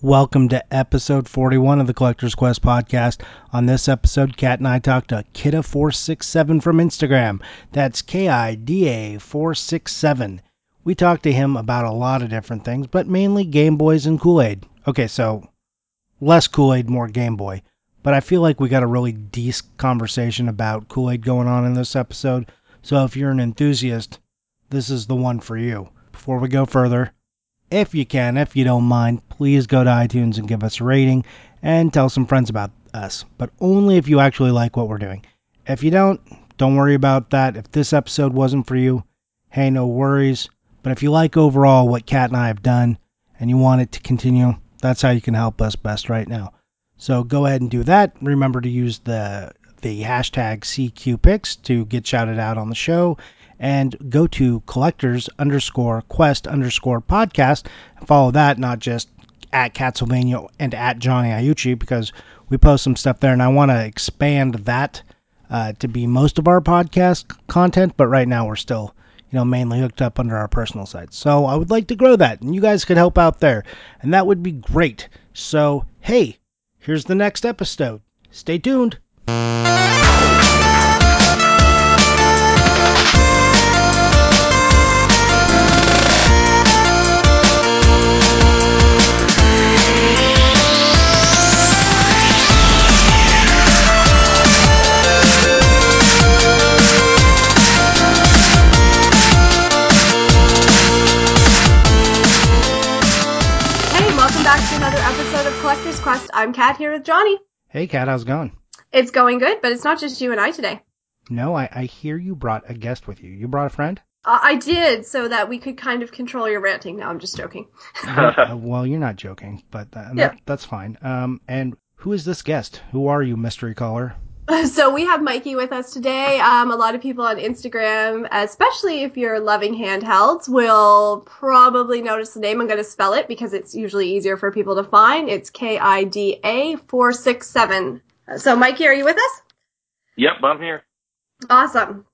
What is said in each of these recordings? Welcome to episode 41 of the Collector's Quest podcast. On this episode, Kat and I talked to Kidda467 from Instagram. That's K I D A 467. We talked to him about a lot of different things, but mainly Game Boys and Kool Aid. Okay, so less Kool Aid, more Game Boy. But I feel like we got a really decent conversation about Kool Aid going on in this episode. So if you're an enthusiast, this is the one for you. Before we go further, if you can, if you don't mind, please go to iTunes and give us a rating and tell some friends about us, but only if you actually like what we're doing. If you don't, don't worry about that. If this episode wasn't for you, hey, no worries. But if you like overall what Kat and I have done and you want it to continue, that's how you can help us best right now. So go ahead and do that. Remember to use the the hashtag CQPix to get shouted out on the show and go to collectors underscore quest underscore podcast and follow that, not just at Catsylvania and at Johnny Iucci, because we post some stuff there and I want to expand that uh, to be most of our podcast c- content, but right now we're still you know mainly hooked up under our personal sites. So I would like to grow that and you guys could help out there and that would be great. So hey, here's the next episode. Stay tuned. Hey, welcome back to another episode of Collector's Quest. I'm Kat here with Johnny. Hey Kat, how's it going? It's going good, but it's not just you and I today. No, I, I hear you brought a guest with you. You brought a friend? Uh, I did so that we could kind of control your ranting. Now I'm just joking. Uh, well, you're not joking, but tha- that, Yeah. that's fine. Um, and who is this guest? Who are you, mystery caller? so we have Mikey with us today. Um, a lot of people on Instagram, especially if you're loving handhelds, will probably notice the name. I'm going to spell it because it's usually easier for people to find. It's K I D A four six seven. So Mikey, are you with us? Yep, I'm here. Awesome.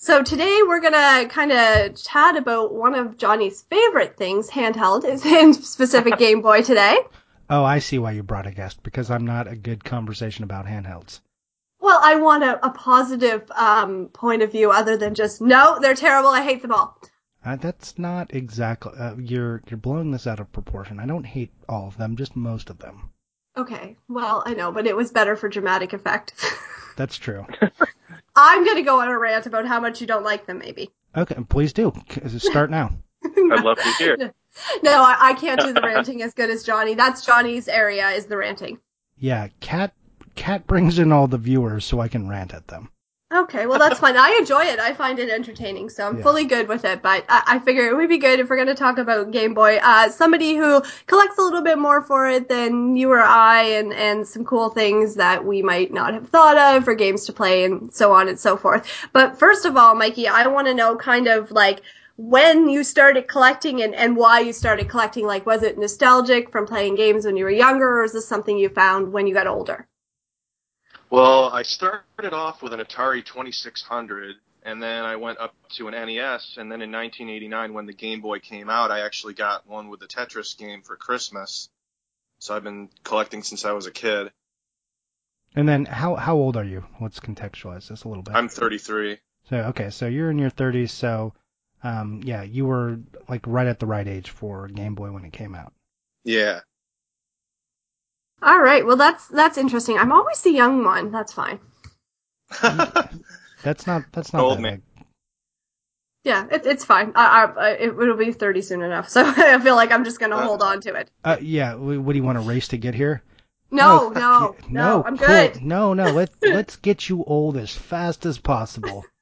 So today we're gonna kind of chat about one of Johnny's favorite things, handheld, is in specific Game Boy today. Oh, I see why you brought a guest because I'm not a good conversation about handhelds. Well, I want a, a positive um, point of view other than just no, they're terrible. I hate them all. Uh, that's not exactly. Uh, you're you're blowing this out of proportion. I don't hate all of them, just most of them. Okay, well, I know, but it was better for dramatic effect. That's true. I'm gonna go on a rant about how much you don't like them, maybe. Okay, and please do C- uh, start now. I'd love to hear. No, I, I can't do the ranting as good as Johnny. That's Johnny's area is the ranting. Yeah, cat cat brings in all the viewers so I can rant at them. Okay, well that's fine. I enjoy it. I find it entertaining, so I'm Yeah. fully good with it. But I, I figure it would be good if we're going to talk about Game Boy. Uh, somebody who collects a little bit more for it than you or I, and and some cool things that we might not have thought of, or games to play, and so on and so forth. But first of all, Mikey, I want to know kind of like when you started collecting and and why you started collecting. Like, was it nostalgic from playing games when you were younger, or is this something you found when you got older? Well, I started off with an Atari 2600, and then I went up to an NES, and then in 1989, when the Game Boy came out, I actually got one with the Tetris game for Christmas. So I've been collecting since I was a kid. And then how how old are you? Let's contextualize this a little bit. I'm 33. So okay, so you're in your 30s, so um, yeah, you were like right at the right age for Game Boy when it came out. Yeah. All right. Well, that's that's interesting. I'm always the young one. That's fine. That's not that's not Old that man. big. Yeah, it, it's fine. I, I, I, it, it'll be 30 soon enough. So I feel like I'm just going to Uh, hold on to it. Uh, yeah, w- what do you want to race to get here? No, fuck no, you. no, I'm cool. good. No, no, let's let's get you old as fast as possible.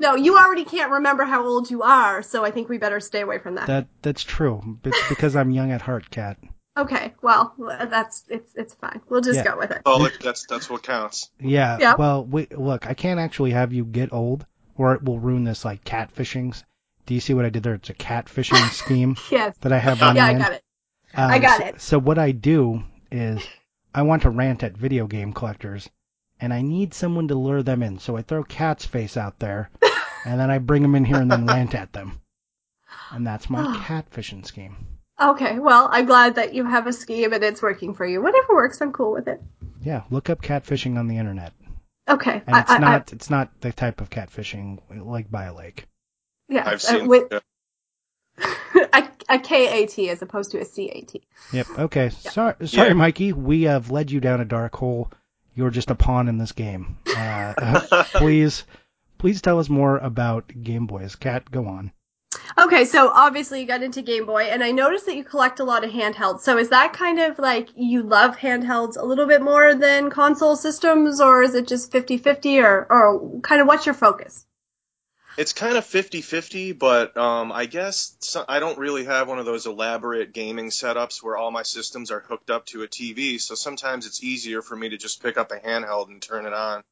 No, you already can't remember how old you are. So I think we better stay away from that. That that's true. It's because I'm young at heart, cat. okay. Well, that's, it's, it's fine. We'll just Yeah. go with it. oh, look, that's that's what counts. Yeah. Yeah. Well, we, look, I can't actually have you get old, or it will ruin this like catfishing's. Do you see what I did there? It's a catfishing scheme Yes. that I have running. Yeah, I in. got it. Um, I got so, it. So what I do is I want to rant at video game collectors, and I need someone to lure them in. So I throw Cat's face out there, and then I bring them in here and then rant at them. And that's my catfishing scheme. Okay, well, I'm glad that you have a scheme and it's working for you. Whatever works, I'm cool with it. Yeah, look up catfishing on the internet. Okay, And it's I, I- not it's not the type of catfishing like by a lake. I, yes, I've uh, seen with, yeah. a, a KAT as opposed to a CAT. Yep. Okay. Sorry, sorry, Yeah. Mikey. We have led you down a dark hole. You're just a pawn in this game. Uh, please, please tell us more about Game Boys. Cat, go on. Okay, so obviously you got into Game Boy, and I noticed that you collect a lot of handhelds. So is that kind of like you love handhelds a little bit more than console systems, or is it just 50 50, or, or kind of what's your focus? It's kind of 50-50, but um, I guess so, I don't really have one of those elaborate gaming setups where all my systems are hooked up to a TV. So sometimes it's easier for me to just pick up a handheld and turn it on.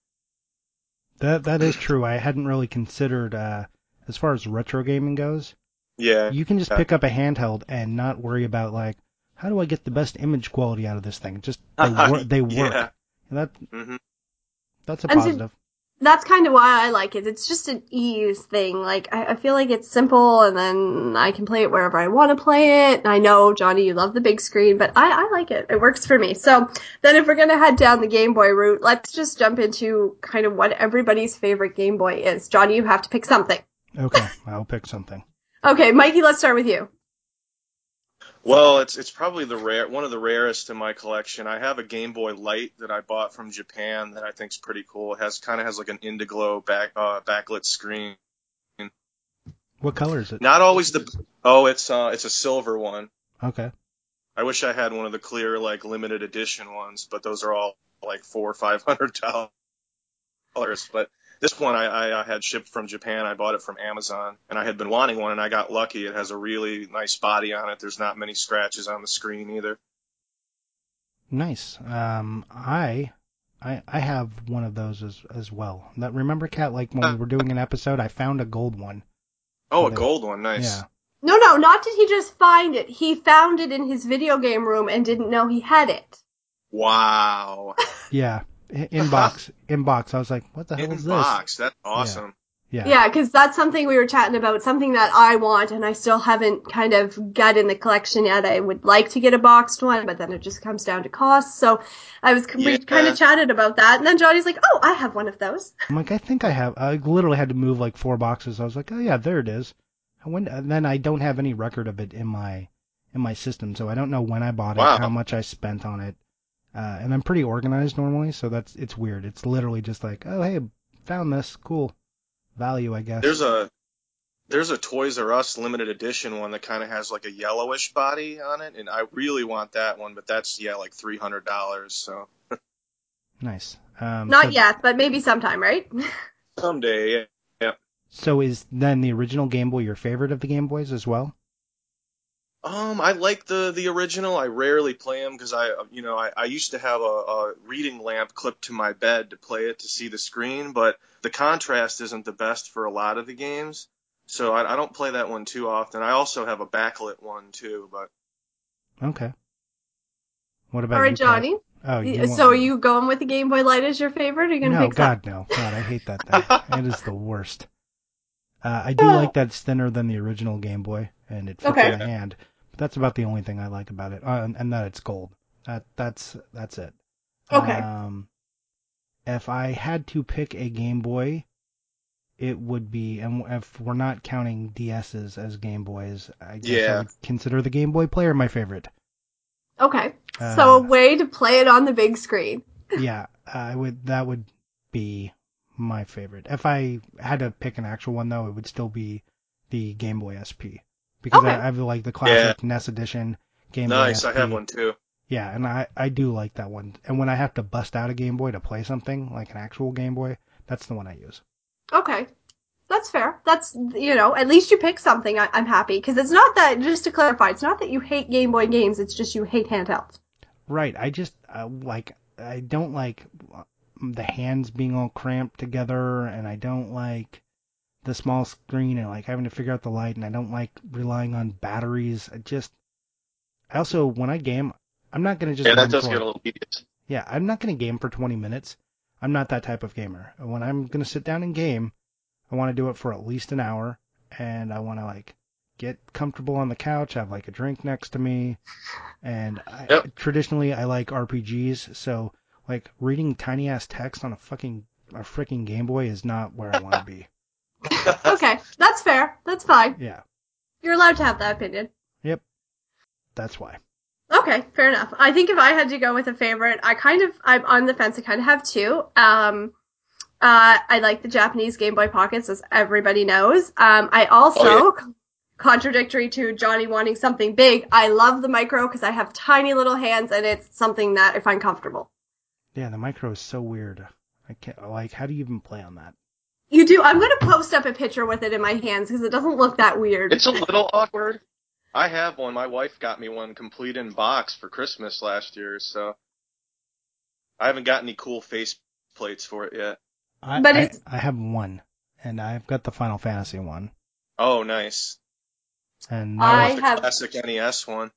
That that is true. I hadn't really considered uh, as far as retro gaming goes. Yeah, You can just Yeah. pick up a handheld and not worry about like how do I get the best image quality out of this thing. Just they, wor- they work. Yeah. And that hmm that's a And so- positive. That's kind of why I like it. It's just an ease thing. Like, I, I feel like it's simple, and then I can play it wherever I want to play it. And I know, Johnny, you love the big screen, but I, I like it. It works for me. So then if we're going to head down the Game Boy route, let's just jump into kind of what everybody's favorite Game Boy is. Johnny, you have to pick something. Okay, I'll pick something. Okay, Mikey, let's start with you. Well, it's it's probably the rare one of the rarest in my collection. I have a Game Boy Light that I bought from Japan that I think's pretty cool. It has kind of has like an indigo back uh, backlit screen. What color is it? Not always the oh, it's uh it's a silver one. Okay. I wish I had one of the clear, like limited edition ones, but those are all like four or five hundred dollars. But this one I, I, I had shipped from Japan. I bought it from Amazon, and I had been wanting one, and I got lucky. It has a really nice body on it. There's not many scratches on the screen either. Nice. Um, I, I, I have one of those as as well. That remember, Kat, like when we were doing an episode, I found a gold one. Oh, a Yeah. gold one, nice. Yeah. No, no, not did he just find it. He found it in his video game room and didn't know he had it. Wow, Yeah. I- Inbox, inbox. I was like, what the hell is in this? box, that's awesome. Yeah. Yeah, because that's something we were chatting about, something that I want and I still haven't kind of got in the collection yet. I would like to get a boxed one, but then it just comes down to cost. So I was, we Yeah. kind of chatted about that. And then Johnny's like, oh, I have one of those. I'm like, I think I have. I literally had to move like four boxes. I was like, oh yeah, there it is. I went, and then I don't have any record of it in my in my system, so I don't know when I bought Wow. it, how much I spent on it. Uh, and I'm pretty organized normally, so that's it's weird. It's literally just like, oh hey, found this, cool, value, I guess. There's a there's a Toys R Us limited edition one that kind of has like a yellowish body on it, and I really want that one, but that's yeah like three hundred dollars. So Nice. Um, so, Not yet, but maybe sometime, right? someday, yeah. So is then the original Game Boy your favorite of the Game Boys as well? Um, I like the the original. I rarely play them because I, you know, I, I used to have a, a reading lamp clipped to my bed to play it to see the screen, but the contrast isn't the best for a lot of the games, so I, I don't play that one too often. I also have a backlit one too, but Okay. What about All right, you, Johnny. Kat? Oh, you want- so are you going with the Game Boy Light as your favorite? Or are you going to No, pick some- God, no, God, I hate that thing. it is the worst. Uh, I do like that it's thinner than the original Game Boy, and it fits Oh. Okay. in the hand. But that's about the only thing I like about it, uh, and- and that it's gold. That that's that's it. Okay. Um, if I had to pick a Game Boy, it would be, and if we're not counting DSs as Game Boys, I guess I Yeah. would consider the Game Boy Player my favorite. Okay. so a Uh, way to play it on the big screen. yeah, I would. That would be my favorite. If I had to pick an actual one, though, it would still be the Game Boy SP because Okay. I, I have like the classic NES edition Game Boy. nice. I SP. have one too. Yeah, and I I do like that one. And when I have to bust out a Game Boy to play something like an actual Game Boy, that's the one I use. Okay. That's fair. That's, you know, at least you pick something. I- I'm happy. Because it's not that, just to clarify, it's not that you hate Game Boy games, it's just you hate handhelds. Right. I just uh, like I don't like uh, the hands being all cramped together, and I don't like the small screen and like having to figure out the light, and I don't like relying on batteries. I just I also when I game, I'm not gonna just Yeah, that game does for- get a little tedious. yeah, I'm not gonna game for 20 minutes. I'm not that type of gamer. When I'm gonna sit down and game, I want to do it for at least an hour, and I want to like get comfortable on the couch, have like a drink next to me. And I, Yep. traditionally, I like RPGs, so like reading tiny ass text on a fucking a freaking Game Boy is not where I want to be. Okay, that's fair. That's fine. Yeah, You're allowed to have that opinion. that's why. Okay, fair enough. I think if I had to go with a favorite, I kind of I'm on the fence. I kind of have two. Um, uh, I like the Japanese Game Boy Pockets, as everybody knows. Um, I also, Oh, contradictory to Johnny wanting something big, I love the micro because I have tiny little hands and it's something that I find comfortable. Yeah, the micro is so weird. I can't like. How do you even play on that? You do. I'm gonna post up a picture with it in my hands because it doesn't look that weird. It's a little awkward. I have one. My wife got me one complete in box for Christmas last year, so I haven't got any cool face plates for it yet. I, But I- it's- I, have one, and I've got the Final Fantasy one, Oh, nice. and I, I want the have- classic NES one.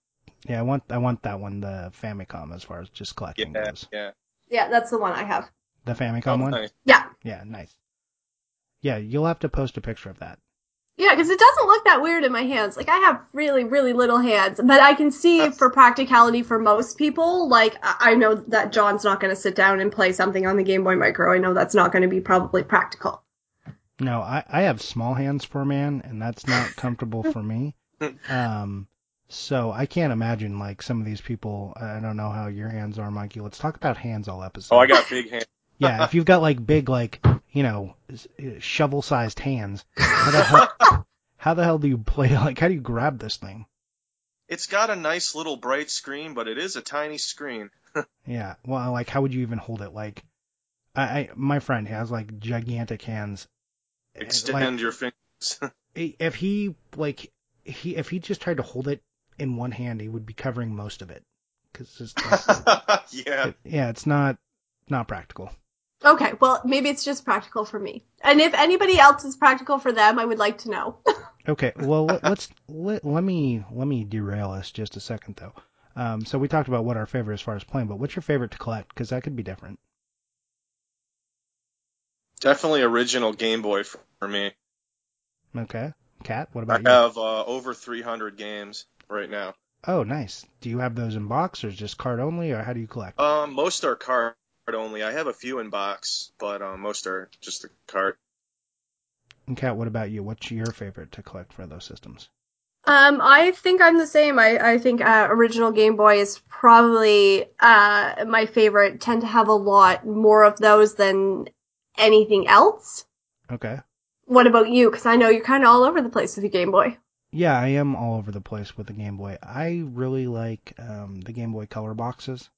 yeah, I want I want that one, the Famicom, as far as just Yeah, collecting goes. yeah. yeah, that's the one I have. The Famicom Oh, one. nice. Yeah, Yeah, nice. Yeah, you'll have to post a picture of that. yeah, because it doesn't look that weird in my hands. Like I have really, really little hands, but I can see That's- for practicality for most people. Like I I know that John's not going to sit down and play something on the Game Boy Micro. I know that's not going to be probably practical. No, I, I have small hands for a man, and that's not comfortable for me. Um, so I can't imagine like some of these people. I don't know how your hands are, Mikey. Let's talk about hands all episode. Oh, I got big hands. yeah, if you've got like big, like you know, s- uh, shovel-sized hands, how the hell, how the hell do you play? Like, how do you grab this thing? It's got a nice little bright screen, but it is a tiny screen. Yeah. Well, like, how would you even hold it? Like, I, I my friend has like gigantic hands. and, Extend like, your fingers. if he like he if he just tried to hold it in one hand, he would be covering most of it. Cause it's it's- yeah. yeah, it's not not practical. Okay, well maybe it's just practical for me. And if anybody else is practical for them, I would like to know. Okay, well let, let's let, let me let me derail us just a second though. Um, so we talked about what our favorite as far as playing, but what's your favorite to collect? Because that could be different. Definitely original Game Boy f- for me. Okay, Kat, what I about you? have uh, over 300 games right now. Oh, nice. Do you have those in box or just card only, or how do you collect? Um, most are card only. I have a few in box, but um, most are just a card. And Kat, what about you? What's your favorite to collect for those systems? Um, I think I'm the same. I, I think uh, original Game Boy is probably uh, my favorite. Tend to have a lot more of those than anything else. Okay. What about you? Because I know you're kind of all over the place with your Game Boy. Yeah, I am all over the place with the Game Boy. I really like um, the Game Boy Color boxes.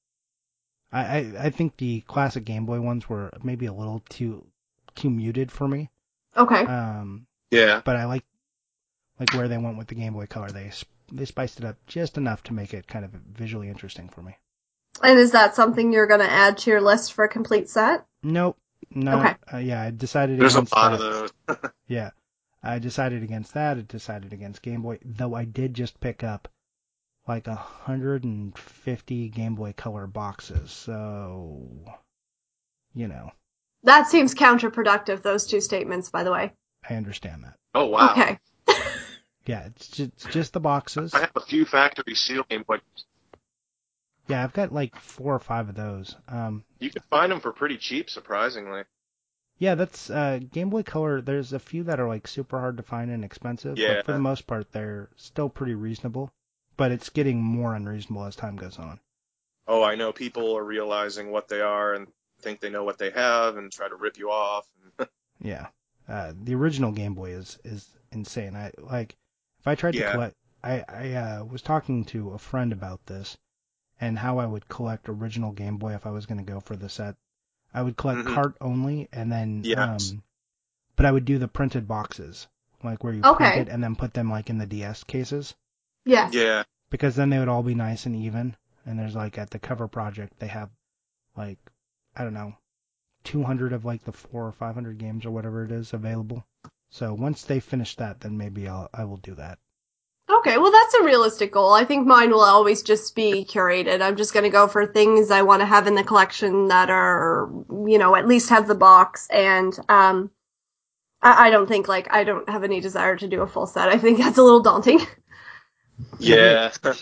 I, I I think the classic Game Boy ones were maybe a little too too muted for me. Okay. Um, Yeah. but I like like where they went with the Game Boy Color. They sp- they spiced it up just enough to make it kind of visually interesting for me. and is that something you're going to add to your list for a complete set? Nope. No. Uh, yeah, I decided There's a against lot that. of those. Yeah. I decided against that. I decided against Game Boy, though I did just pick up like 150 Game Boy Color boxes. So, you know, That seems counterproductive. Those two statements, by the way. I understand that. Oh, wow. Okay. Yeah, it's just, it's just the boxes. I have a few factory seal Game Boy. Yeah, I've got like four or five of those. Um, You can find them for pretty cheap, surprisingly. yeah, that's uh, Game Boy Color. There's a few that are like super hard to find and expensive, Yeah. but for the most part, they're still pretty reasonable. But it's getting more unreasonable as time goes on. Oh, I know people are realizing what they are and think they know what they have and try to rip you off. Yeah. Uh, the original Game Boy is, is insane. I like if I tried to Yeah. collect I, I uh, was talking to a friend about this and how I would collect original Game Boy if I was gonna go for the set. I would collect Mhm. cart only and then Yes. um but I would do the printed boxes. Like where you Okay. print it and then put them like in the DS cases. Yes. yeah. Because then they would all be nice and even and there's like at the cover project they have like I don't know, 200 of like the four or 500 games or whatever it is available. So once they finish that, then maybe I'll I will do that. Okay, well, that's a realistic goal. I think mine will always just be curated. I'm just going to go for things I want to have in the collection that are, you know, at least have the box. And um, I, I don't think like I don't have any desire to do a full set. I think that's a little daunting. Yeah.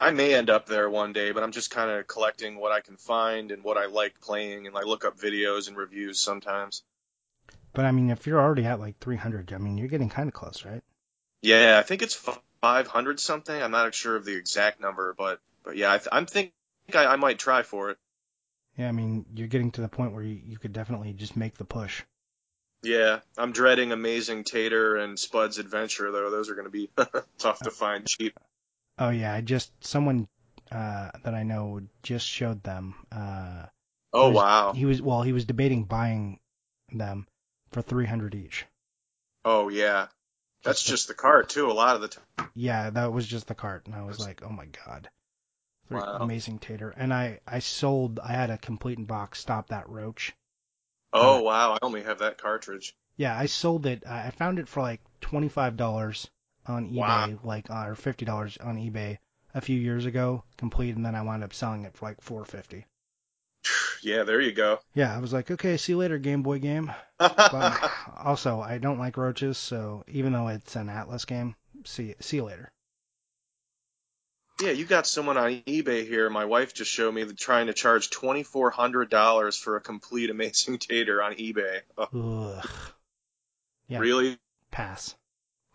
I may end up there one day, but I'm just kind of collecting what I can find and what I like playing, and I look up videos and reviews sometimes. But I mean, if you're already at like 300, I mean, you're getting kind of close, right? Yeah, I think it's 500 something. I'm not sure of the exact number, but but yeah, I th- I'm think I, I might try for it. Yeah, I mean, you're getting to the point where you, you could definitely just make the push. Yeah, I'm dreading Amazing Tater and Spud's Adventure though. Those are going to be tough to find cheap. Oh yeah, I just someone uh, that I know just showed them. Uh, Oh he was- wow. He was well, he was debating buying them for 300 each. Oh yeah. That's just the cart too. A lot of the time. Yeah, that was just the cart, and I was like, oh my god, Three- Wow. amazing tater. And I I sold. I had a complete in box. Stop that roach. Oh wow, I only have that cartridge. Yeah, I sold it. I I found it for like twenty five dollars on eBay, Wow. like uh, or fifty dollars on eBay a few years ago, complete, and then I wound up selling it for like four fifty. Yeah, there you go. Yeah, I was like, okay, see you later, Game Boy game. But yeah, also, I don't like roaches, so even though it's an Atlas game, see see you later. you got someone on eBay here. My wife just showed me that trying to charge twenty four hundred dollars for a complete Amazing Tater on eBay. Oh, Ugh. Yeah. Really? Pass.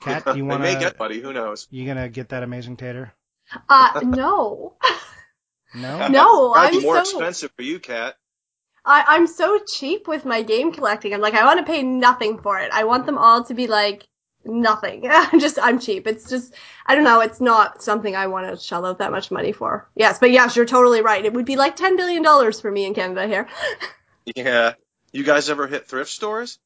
Cat, do you want they may to? get buddy. Who knows? You gonna get that amazing tater? Uh, no, No. no, Probably I'm more so expensive for you, Cat. I, I'm so cheap with my game collecting. I'm like, I want to pay nothing for it. I want them all to be like nothing. I'm just, I'm cheap. It's just, I don't know. It's not something I want to shell out that much money for. Yes, but yes, you're totally right. It would be like ten billion dollars for me in Canada here. Yeah. You guys ever hit thrift stores?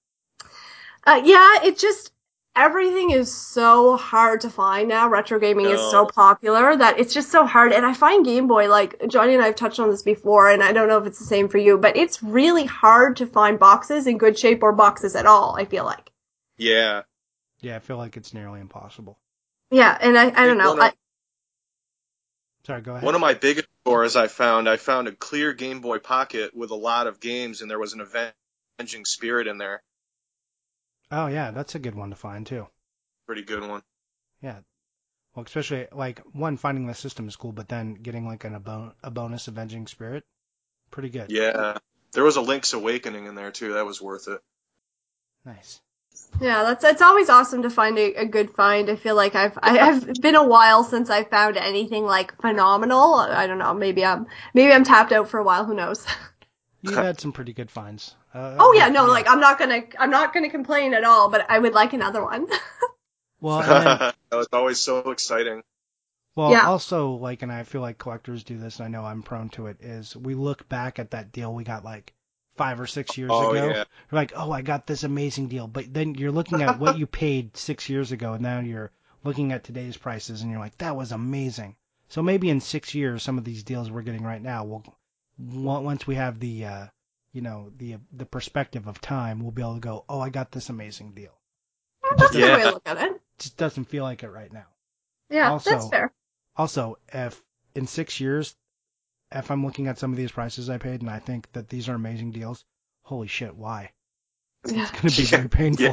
Uh, yeah, it just everything is so hard to find now. Retro gaming is so No. popular that it's just so hard. And I find Game Boy like Johnny and I have touched on this before, and I don't know if it's the same for you, but it's really hard to find boxes in good shape or boxes at all. I feel like. Yeah. Yeah, I feel like it's nearly impossible. Yeah, and I, I don't think know. one of- I, Sorry, go ahead. One of my biggest stores I found, I found a clear Game Boy Pocket with a lot of games, and there was an Avenging Spirit in there. oh yeah, that's a good one to find too. Pretty good one. Yeah. Well, especially like one finding the system is cool, but then getting like an, a, bon- a bonus avenging spirit, pretty good. Yeah. There was a Link's Awakening in there, too. That was worth it. Nice. yeah, that's it's always awesome to find a, a good find. I feel like I've I, I've been a while since I found anything like phenomenal. I don't know. Maybe I'm maybe I'm tapped out for a while. Who knows? You've had some pretty good finds. Uh, Oh yeah, no, like I'm not gonna I'm not gonna complain at all. But I would like another one. well, and then, that was always so exciting. well, Yeah. also like, and I feel like collectors do this, and I know I'm prone to it. Is we look back at that deal we got like five or six years Oh, ago. yeah. You're like, oh, I got this amazing deal, but then you're looking at what you paid six years ago, and now you're looking at today's prices, and you're like, that was amazing. So maybe in six years, some of these deals we're getting right now will, on- once we have the, uh, you know, the the perspective of time, we'll be able to go, oh, I got this amazing deal. It That's just, a good doesn't, way Yeah. to look at it. just doesn't feel like it right now. Yeah, Also- that's fair. Also, if in six years, if I'm looking at some of these prices I paid, and I think that these are amazing deals, holy shit, why? Yeah. It's gonna be very painful.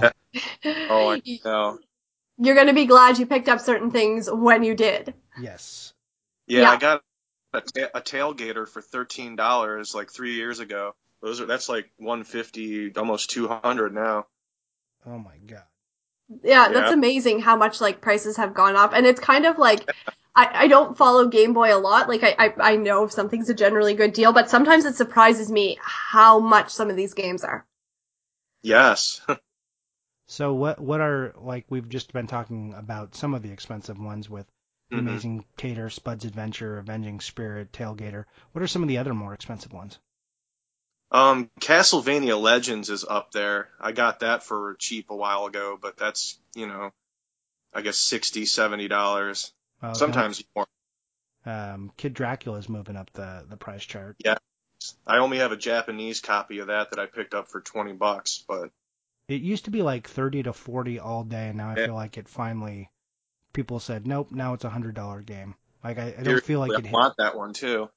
Yeah. Oh, I know. You're gonna be glad you picked up certain things when you did. Yes. Yeah, Yeah. I got a, ta- a tailgater for thirteen dollars like three years ago. Those are that's like one fifty, almost two hundred now. Oh my god. Yeah, that's Yeah. amazing how much like prices have gone up. And it's kind of like I, I don't follow Game Boy a lot. Like I, I, I know if something's a generally good deal, but sometimes it surprises me how much some of these games are. Yes. So what what are like we've just been talking about some of the expensive ones with the Mhm. Amazing Tater, Spud's Adventure, Avenging Spirit, Tailgater. What are some of the other more expensive ones? Um, Castlevania Legends is up there. I got that for cheap a while ago, but that's you know, I guess sixty, seventy dollars, Uh, sometimes more. um, Kid Dracula's moving up the the price chart. I only have a Japanese copy of that that I picked up for twenty bucks, but It used to be like thirty to forty all day, and now I Yeah. feel like it finally people said nope. Now it's a hundred dollar game. Like I, I don't Seriously, feel like I it hit want that one too.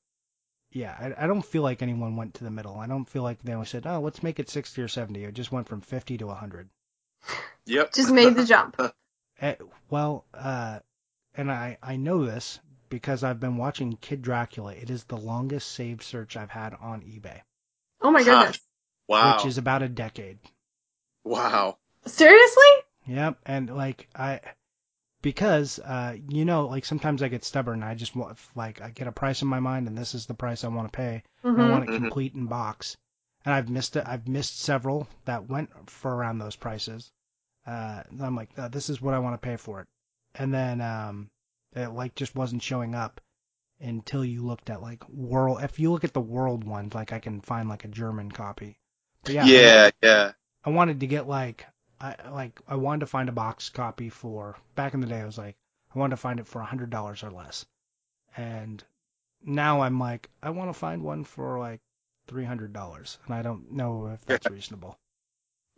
Yeah, I, I don't feel like anyone went to the middle. I don't feel like they always said, "Oh, let's make it 60 or 70." It just went from 50 to 100. Yep. Just made the jump. Eh, well, uh, and I, I know this because I've been watching Kid Dracula. It is the longest saved search I've had on eBay, Oh my Huh. goodness. wow. which is about a decade. wow. Seriously? Yep, and like I, because uh, you know, like sometimes I get stubborn. I just want like I get a price in my mind, and this is the price I want to pay. and I Mhm. want it Mhm. complete in box. And I've missed it. I've missed several that went for around those prices. Uh, and I'm like, "Uh, this is what I want to pay for it. And then um, it like just wasn't showing up until you looked at like world. If you look at the world ones, like I can find like a German copy. But yeah, Yeah. I- Yeah. I wanted to get like I like I wanted to find a box copy for back in the day I was like I wanted to find it for a hundred dollars or less. And now I'm like, I want to find one for like three hundred dollars and I don't know if that's reasonable.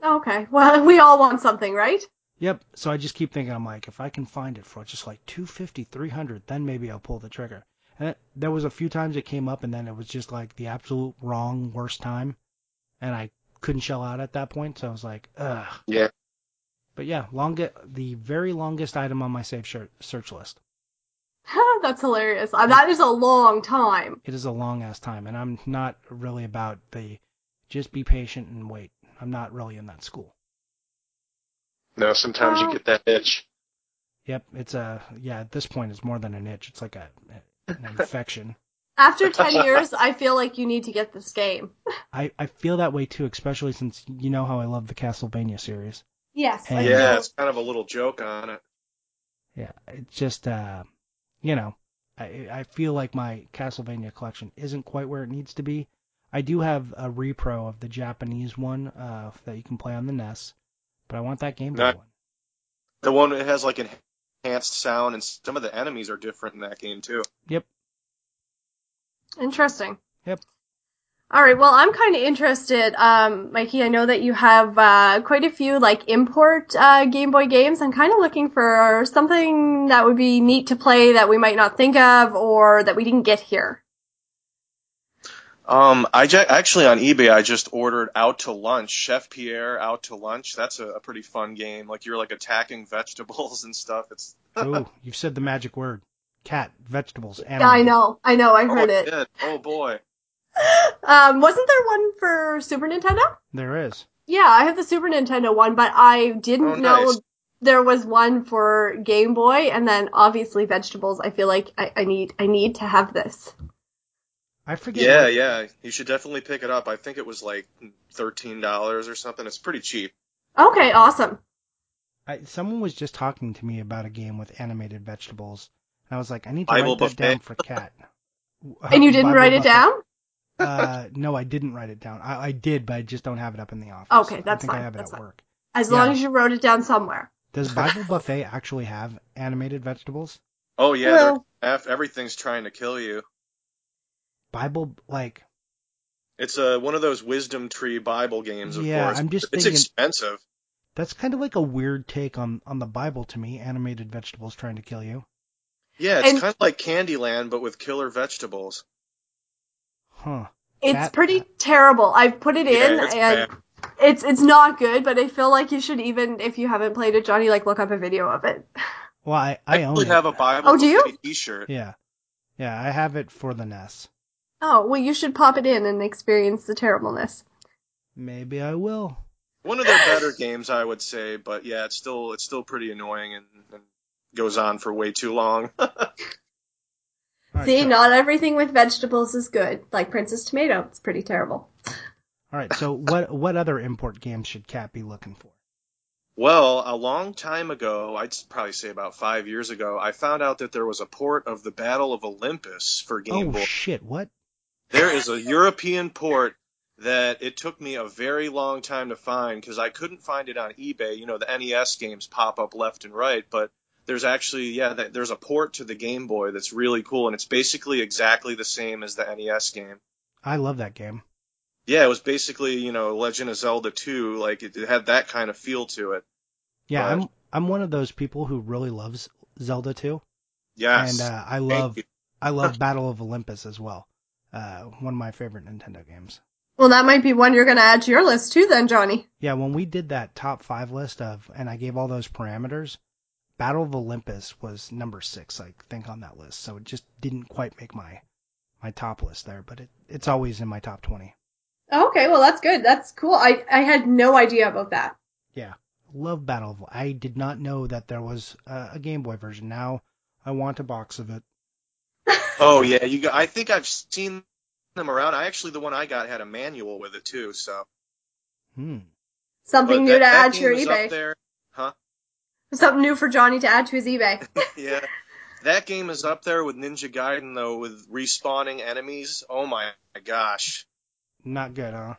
Oh, Okay. Well, we all want something, right? Yep. So I just keep thinking I'm like, if I can find it for just like 250, 300, then maybe I'll pull the trigger. And it, there was a few times it came up and then it was just like the absolute wrong worst time and I couldn't shell out at that point, so I was like, ugh. Yeah. But yeah, longe- the very longest item on my save shirt search list. That's hilarious. Uh, That is a long time. It is a long ass time, and I'm not really about the just be patient and wait. I'm not really in that school. No, sometimes you Wow. get that itch. Yep, it's a yeah. At this point, it's more than an itch. It's like a an infection. After 10 years, I feel like you need to get this game. I I feel that way too, especially since you know how I love the Castlevania series. Yes. I Yeah, know. it's kind of a little joke on it. Yeah, it's just uh, you know, I I feel like my Castlevania collection isn't quite where it needs to be. I do have a repro of the Japanese one uh, that you can play on the NES, but I want that Game Boy Not- one. The one that has like enhanced sound, and some of the enemies are different in that game too. Interesting. Yep. All right. Well, I'm kind of interested, um, Mikey. I know that you have uh, quite a few like import uh, Game Boy games. I'm kind of looking for something that would be neat to play that we might not think of or that we didn't get here. Um, I ju- actually on eBay I just ordered Out to Lunch, Chef Pierre Out to Lunch. That's a, a pretty fun game. Like you're like attacking vegetables and stuff. It's Oh, you've said the magic word: cat, vegetables, Yeah, animal. I know. I know. I heard oh, it. yeah. Oh boy. Um, wasn't there one for Super Nintendo? There is. Yeah, I have the Super Nintendo one, but I didn't Oh, know nice. there was one for Game Boy, and then obviously vegetables. I feel like I, I need I need to have this. I forget. Yeah, what- yeah. You should definitely pick it up. I think it was like thirteen dollars or something. It's pretty cheap. Okay, awesome. I, someone was just talking to me about a game with animated vegetables, and I was like, I need to Bible write that buffet. down for cat. And you didn't Bible write it buffet. down? Uh, no, I didn't write it down. I, I did, but I just don't have it up in the office. I Okay, that's think I fine, have it that's at fine. work. As Yeah. long as you wrote it down somewhere. Does Bible Buffet actually have animated vegetables? Oh yeah. they're- Well- eff- everything's trying to kill you. Bible like It's uh, one of those wisdom tree Bible games, of Yeah, course. I'm just it's thinking- expensive. that's kind of like a weird take on on the Bible to me. Animated vegetables trying to kill you, Yeah, it's And- kind of like Candyland, but with killer vegetables. huh? It's That- pretty terrible. I've put it in Yeah, it's and it's it's not good, but I feel like you should even if you haven't played it, Johnny, like look up a video of it. Well, I I I own actually it. have a Bible Oh, do you? Buffet T-shirt. yeah, yeah, I have it for the E NES. Oh, well you should pop it in and experience the terribleness. Maybe I will. One of their better games, I would say, but yeah, it's still it's still pretty annoying and, and goes on for way too long. All right, See, so- not everything with vegetables is good. Like Princess Tomato, it's pretty terrible. all right. So what what other import games should Cat be looking for? well, a long time ago, I'd probably say about five years ago, I found out that there was a port of the Battle of Olympus for Game oh Boy. shit! What? There is a European port that it took me a very long time to find because I couldn't find it on eBay. You know, the NES games pop up left and right, but there's actually, yeah, th- there's a port to the Game Boy that's really cool, and it's basically exactly the same as the NES game. I love that game. Yeah, it was basically, you know, Legend of Zelda 2, like it, it had that kind of feel to it. Yeah, Right. I'm I'm one of those people who really loves Zelda 2, Yes. and uh, I Thank love you. I love Battle of Olympus as well. Uh, one of my favorite Nintendo games. Well, that might be one you're going to add to your list too, then, Johnny. Yeah, when we did that top five list of, and I gave all those parameters, Battle of Olympus was number six, I think, on that list. So it just didn't quite make my my top list there, but it, it's always in my top twenty. Okay, well that's good. That's cool. I I had no idea about that. Yeah, love Battle of. I did not know that there was a, a Game Boy version. Now I want a box of it. Oh yeah, you. Got, I think I've seen them around. I actually the one I got had a manual with it too. So Hmm. Something But new that- to that add to game your was up eBay. there. Huh? Something new for Johnny to add to his eBay. yeah. That game is up there with Ninja Gaiden though, with respawning enemies. Oh my gosh. Not good, huh?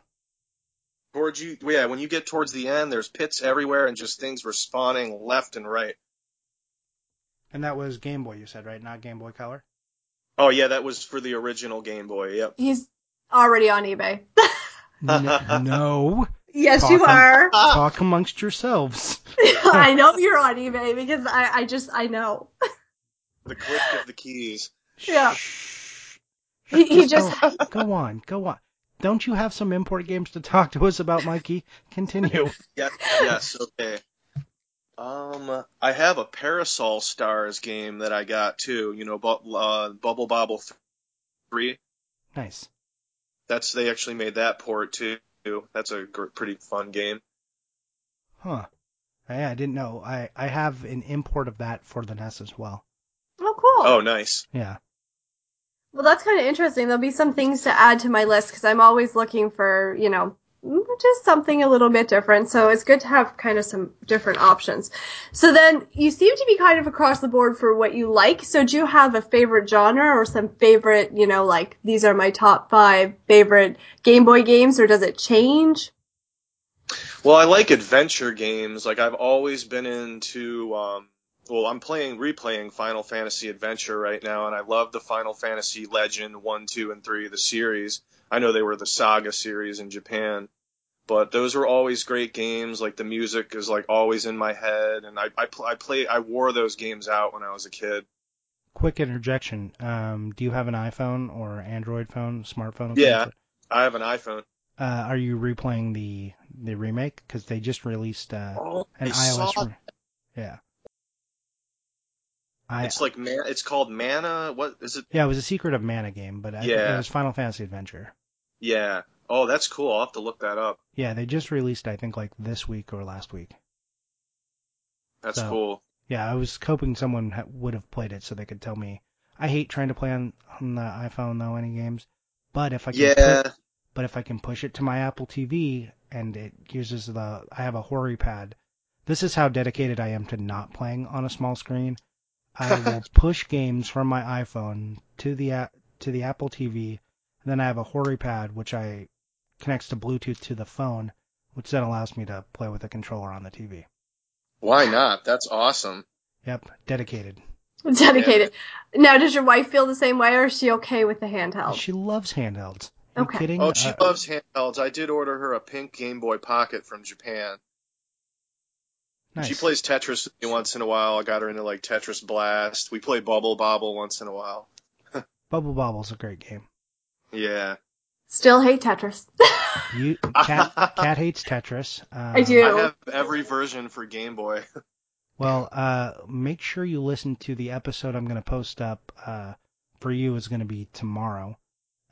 Towards you, yeah. When you get towards the end, there's pits everywhere and just things respawning left and right. And that was Game Boy, you said, right? Not Game Boy Color. Oh yeah, that was for the original Game Boy. Yep. He's already on eBay. N- no. yes, Talk you him. are. Talk amongst yourselves. I know you're on eBay because I, I just I know. The click of the keys. Yeah. Shh. He- he go, go on, go on. Don't you have some import games to talk to us about, Mikey? Continue. Yes, yes, okay. Um, I have a Parasol Stars game that I got too. You know, bu- uh, Bubble Bobble Three. Nice. That's they actually made that port too. That's a gr- pretty fun game. Huh. I, I didn't know. I, I have an import of that for the NES as well. Oh, cool. Oh, nice. Yeah. Well, that's kind of interesting. There'll be some things to add to my list because I'm always looking for, you know, mm, just something a little bit different. So it's good to have kind of some different options. So then you seem to be kind of across the board for what you like. So do you have a favorite genre or some favorite, you know, like these are my top five favorite Game Boy games or does it change? Well, I like adventure games. Like I've always been into. Um, well, I'm playing replaying Final Fantasy Adventure right now, and I love the Final Fantasy Legend one, two, and three, the series. I know they were the Saga series in Japan, but those were always great games. Like the music is like always in my head, and I I, pl- I play I wore those games out when I was a kid. Quick interjection. Um, do you have an iPhone or Android phone, smartphone? of some Yeah. sort? I have an iPhone. Uh, are you replaying the the remake? Because they just released uh, Oh, an I iOS. saw- Re- yeah. I It's like man, it's called Mana. What is it? yeah, it was a Secret of Mana game, but I, it Yeah. was Final Fantasy Adventure. Yeah. Oh, that's cool. I'll have to look that up. Yeah, they just released I think like this week or last week. That's So- cool. Yeah, I was hoping someone ha- would have played it so they could tell me. I hate trying to play on, on the iPhone though any games, but if I can Yeah. pu- but if I can push it to my Apple TV and it uses the I have a Hori pad. This is how dedicated I am to not playing on a small screen. I will push games from my iPhone to the a- to the Apple TV, and then I have a Hori pad which I connects to Bluetooth to the phone, which then allows me to play with the controller on the TV. Why not? That's awesome. Yep, dedicated. Dedicated. Now, does your wife feel the same way or is she okay with the handheld? She loves handhelds. Are you Okay. kidding? Oh, she Uh, loves handhelds. I did order her a pink Game Boy Pocket from Japan. nice. She plays Tetris with me once in a while. I got her into like Tetris Blast. We play Bubble Bobble once in a while. Bubble Bobble's a great game. Yeah. Still hate Tetris. You cat cat hates Tetris. Um, I do. I have every version for Game Boy. Well, uh, make sure you listen to the episode I'm going to post up uh, for you is going to be tomorrow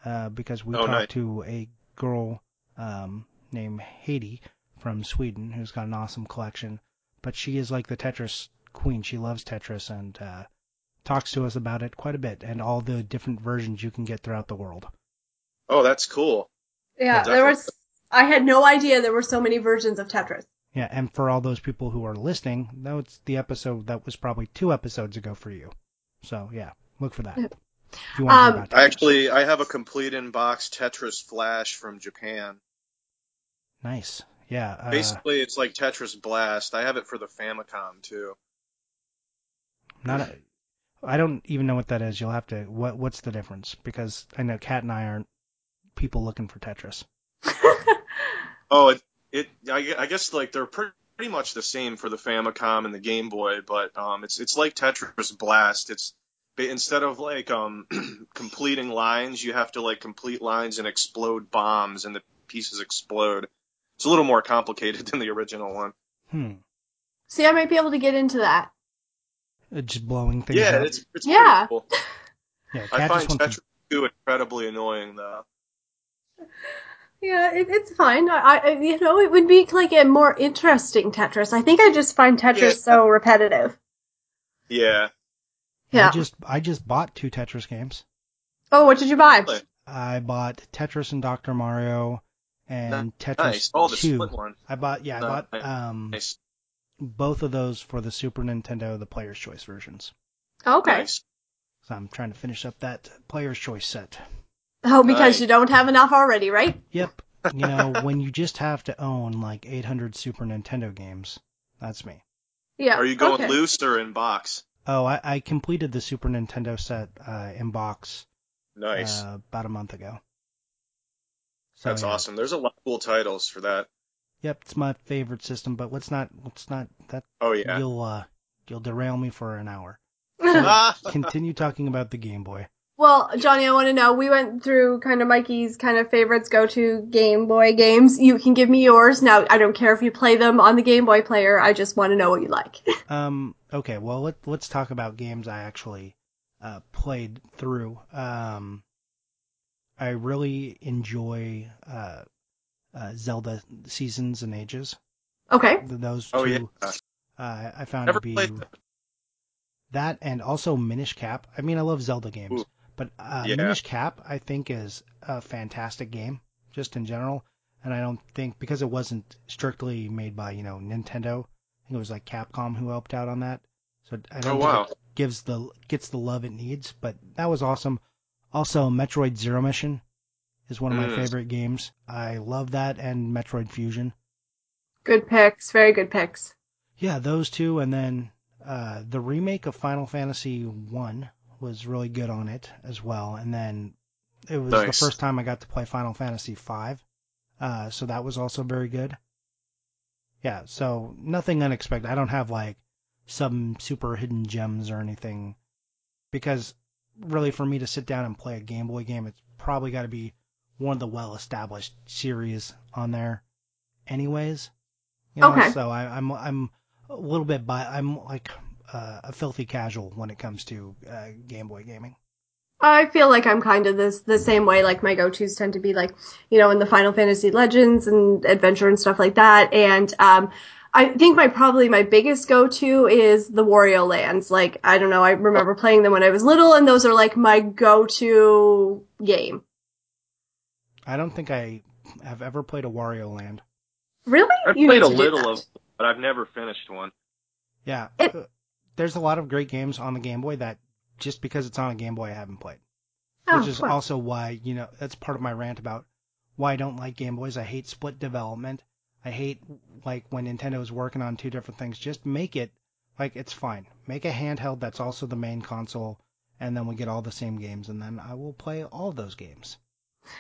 uh, because we Oh, talked nice. to a girl um, named Haiti from Sweden who's got an awesome collection, but she is like the Tetris queen. She loves Tetris and uh, talks to us about it quite a bit and all the different versions you can get throughout the world. Oh, that's cool. Yeah, there Yeah, definitely. was. I had no idea there were so many versions of Tetris. Yeah, and for all those people who are listening, that was the episode that was probably two episodes ago for you. So yeah, look for that. If you want to hear Um, about I Tetris. actually I have a complete in box Tetris Flash from Japan. nice. Yeah. Uh, Basically, it's like Tetris Blast. I have it for the Famicom too. not. A, I don't even know what that is. You'll have to. What What's the difference? Because I know Kat and I aren't people looking for Tetris. Oh, it, it I, gue- I guess like they're pretty, pretty much the same for the Famicom and the Game Boy, but um, it's it's like Tetris Blast. It's but instead of like um completing lines, you have to like complete lines and explode bombs, and the pieces explode. It's a little more complicated than the original one. Hmm. See, I might be able to get into that. Uh, Just blowing things Yeah, up. it's it's Yeah. pretty cool. yeah, Kat I just find wants to- Tetris 2 incredibly annoying though. Yeah, it, it's fine. I, I, you know, it would be like a more interesting Tetris. I think I just find Tetris Yeah. so repetitive. Yeah. Yeah. I just I just bought two Tetris games. oh, what did you buy? Really? I bought Tetris and Dr. Mario and Tetris Nice. Oh, the 2. split one. I bought yeah, I Nice. bought um Nice. both of those for the Super Nintendo, the Player's Choice versions. Okay. Nice. So I'm trying to finish up that Player's Choice set. Oh, because Nice. you don't have enough already, right? Yep. You know, when you just have to own like 800 Super Nintendo games, that's me. Yeah. Are you going okay. loose or in box? Oh, I, I completed the Super Nintendo set uh, in box Nice. uh, about a month ago. So, That's yeah. awesome. There's a lot of cool titles for that. Yep, it's my favorite system, but let's not let's not that Oh yeah. you'll uh you'll derail me for an hour. Ah! Continue talking about the Game Boy. Well, Johnny, I want to know. We went through kind of Mikey's kind of favorites, go-to Game Boy games. You can give me yours now. I don't care if you play them on the Game Boy player. I just want to know what you like. Um okay, well let let's talk about games I actually uh played through. Um I really enjoy uh uh Zelda Seasons and Ages. okay. Those two Oh yeah. uh, I found Never to be played them. that and also Minish Cap. I mean, I love Zelda games, Ooh. but uh, Yeah. Minish Cap I think is a fantastic game just in general, and I don't think because it wasn't strictly made by you know Nintendo, I think it was like Capcom who helped out on that. So I don't Oh think wow. it gives the gets the love it needs, but that was awesome. Also, Metroid Zero Mission is one of my Mm. favorite games. I love that and Metroid Fusion. Good picks. Very good picks. Yeah, those two, and then uh, the remake of Final Fantasy One was really good on it as well. And then it was Nice. the first time I got to play Final Fantasy Five, uh, so that was also very good. Yeah, so nothing unexpected. I don't have like some super hidden gems or anything, because really for me to sit down and play a Game Boy game, it's probably got to be one of the well-established series on there, anyways. You know, Okay. So I, I'm I'm a little bit by I'm like uh, a filthy casual when it comes to uh, Game Boy gaming. I feel like I'm kind of this the same way. Like my go-tos tend to be like, you know, in the Final Fantasy Legends and adventure and stuff like that. And um, I think my probably my biggest go-to is the Wario Lands. Like I don't know, I remember playing them when I was little, and those are like my go-to game. I don't think I have ever played a Wario Land. Really? I've You played need a to do little that. of, them, but I've never finished one. Yeah. It- Uh, There's a lot of great games on the Game Boy that just because it's on a Game Boy, I haven't played. Oh, which is cool. also why you know that's part of my rant about why I don't like Game Boys. I hate split development. I hate like when Nintendo is working on two different things. Just make it like it's fine. Make a handheld that's also the main console, and then we get all the same games, and then I will play all those games.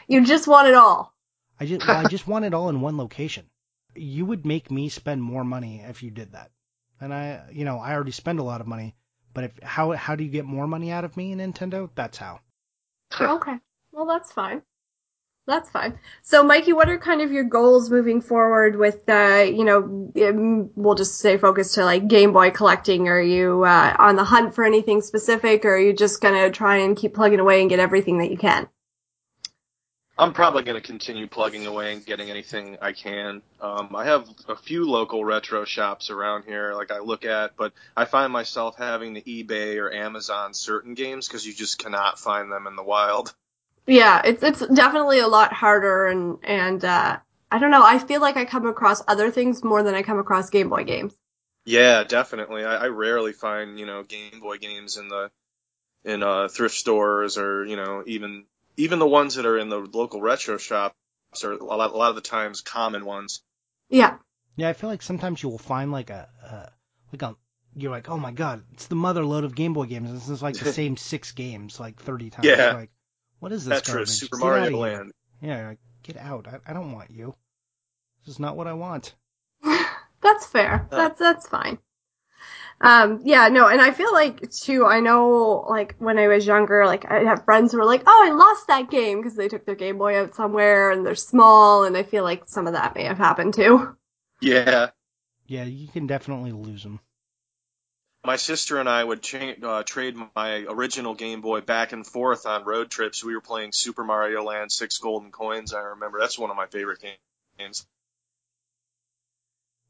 You just want it all. I just well, I just want it all in one location. You would make me spend more money if you did that. And I, you know, I already spend a lot of money, but if how how do you get more money out of me, Nintendo? That's how. okay. Well, that's fine. That's fine. So, Mikey, what are kind of your goals moving forward with, uh, you know, um, we'll just stay focused to like Game Boy collecting. Are you uh, on the hunt for anything specific, or are you just gonna try and keep plugging away and get everything that you can? I'm probably going to continue plugging away and getting anything I can. Um, I have a few local retro shops around here, like I look at, but I find myself having to eBay or Amazon certain games because you just cannot find them in the wild. Yeah, it's it's definitely a lot harder, and and uh, I don't know. I feel like I come across other things more than I come across Game Boy games. Yeah, definitely. I, I rarely find you know Game Boy games in the in uh, thrift stores or you know even even the ones that are in the local retro shops are a lot, a lot of the times common ones. Yeah. Yeah, I feel like sometimes you will find like a, uh, like a, you're like, oh my god, it's the mother load of Game Boy games. This is like the same six games like 30 times. Yeah. You're like, what is this Tetris, garbage? Super Get Mario outta here. Land. Yeah, you're like, get out. I, I don't want you. This is not what I want. That's fair. Uh, That's that's fine. Um, yeah, no, and I feel like too. I know, like when I was younger, like I have friends who were like, "Oh, I lost that game" because they took their Game Boy out somewhere and they're small, and I feel like some of that may have happened too. Yeah. Yeah, you can definitely lose them. My sister and I would cha- uh, trade my original Game Boy back and forth on road trips. We were playing Super Mario Land, Six Golden Coins. I remember that's one of my favorite games.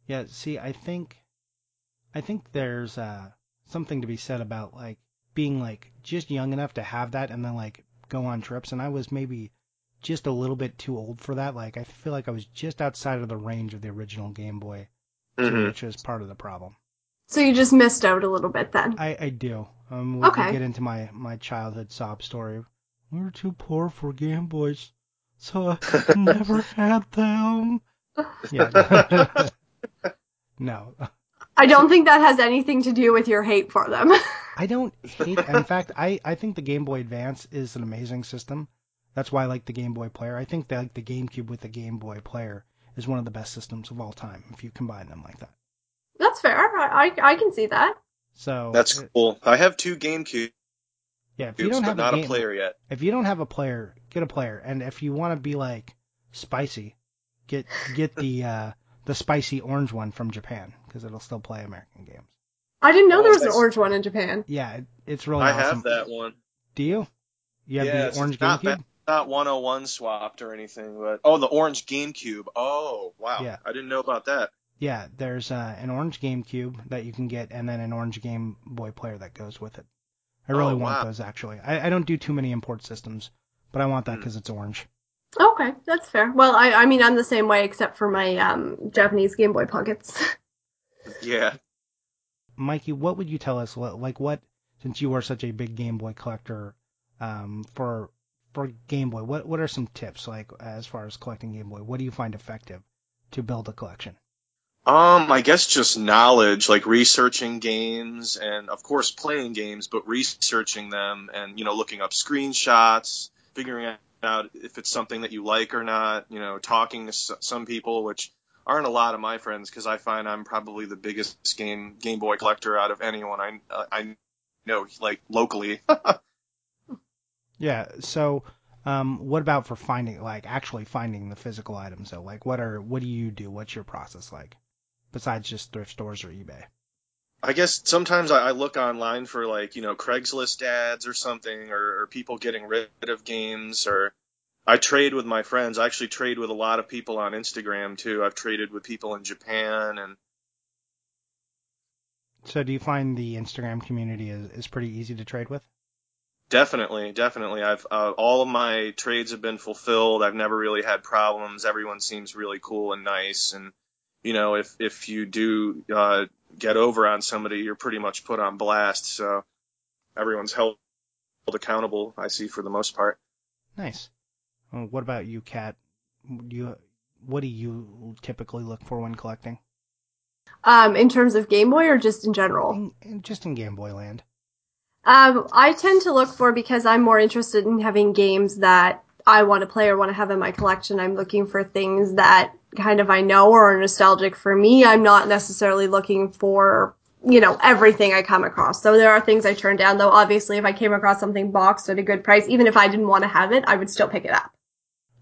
Yeah, see, I think, I think there's uh, something to be said about like being like just young enough to have that, and then like go on trips. And I was maybe just a little bit too old for that. Like I feel like I was just outside of the range of the original Game Boy, too, Mhm. which was part of the problem. So you just missed out a little bit then. I, I do. Um, we'll Okay. get into my, my childhood sob story. We were too poor for Game Boys, so I never had them. Yeah. no, I don't think that has anything to do with your hate for them. I don't hate. In fact, I, I think the Game Boy Advance is an amazing system. That's why I like the Game Boy Player. I think that like the GameCube with the Game Boy Player is one of the best systems of all time if you combine them like that. That's fair. I, I I can see that. So That's uh, cool. I have two GameCubes, yeah. If you don't but have not a, a game, player yet. if you don't have a player, get a player. And if you want to be like spicy, get get the uh, the spicy orange one from Japan because it'll still play American games. I didn't know there was an Nice. orange one in Japan. Yeah, it, it's really. I Oh, awesome. have that one. Do you? You have yeah, the orange it's not, GameCube. ba- not 101 swapped or anything, but oh, the orange GameCube. Oh, wow. Yeah. I didn't know about that. Yeah, there's uh, an orange GameCube that you can get, and then an orange Game Boy player that goes with it. I really Oh, want wow. those actually. I, I don't do too many import systems, but I want that Hmm. because it's orange. Okay, that's fair. Well, I I mean I'm the same way except for my um Japanese Game Boy Pockets. Yeah. Mikey, what would you tell us? li- Like what, since you are such a big Game Boy collector, um, for for Game Boy, what what are some tips like as far as collecting Game Boy? What do you find effective to build a collection? Um, I guess just knowledge, like researching games and of course playing games, but researching them and, you know, looking up screenshots, figuring out if it's something that you like or not, you know, talking to s- some people, which aren't a lot of my friends because I find I'm probably the biggest game, Game Boy collector out of anyone I, uh, I know, like locally. Yeah. So, um, what about for finding, like, actually finding the physical items though? Like, what are, what do you do? What's your process like? Besides just thrift stores or eBay? I guess sometimes I, I look online for like you know Craigslist ads or something, or, or people getting rid of games, or I trade with my friends. I actually trade with a lot of people on Instagram too. I've traded with people in Japan, and So, do you find the Instagram community is, is pretty easy to trade with? definitely, definitely, I've uh, all of my trades have been fulfilled. I've never really had problems. Everyone seems really cool and nice, and you know if if you do uh, get over on somebody, you're pretty much put on blast. So everyone's held accountable. I see for the most part. Nice. Well, what about you, Kat? Do you, what do you typically look for when collecting? um in terms of Game Boy or just in general? In, in, just in Game Boy land. Um, I tend to look for because I'm more interested in having games that I want to play or want to have in my collection. I'm looking for things that kind of I know or are nostalgic for me. I'm not necessarily looking for you know everything I come across. So there are things I turn down though. Obviously, if I came across something boxed at a good price, even if I didn't want to have it, I would still pick it up.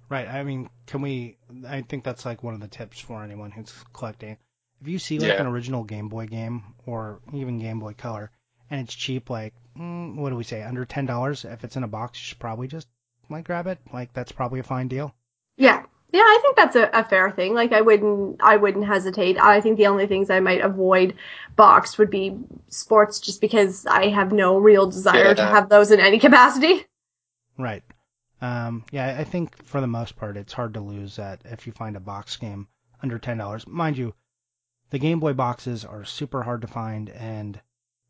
Right. I mean, can we? I think that's like one of the tips for anyone who's collecting. If you see like Yeah. an original Game Boy game or even Game Boy Color, and it's cheap, like mm, what do we say, under ten dollars? If it's in a box, you should probably just like grab it. Like that's probably a fine deal. Yeah. Yeah, I think that's a, a fair thing. Like I wouldn't I wouldn't hesitate. I think the only things I might avoid boxed would be sports just because I have no real desire to Yeah. have those in any capacity. Right. Um, yeah, I think for the most part, it's hard to lose that if you find a box game under ten dollars. Mind you, the Game Boy boxes are super hard to find, and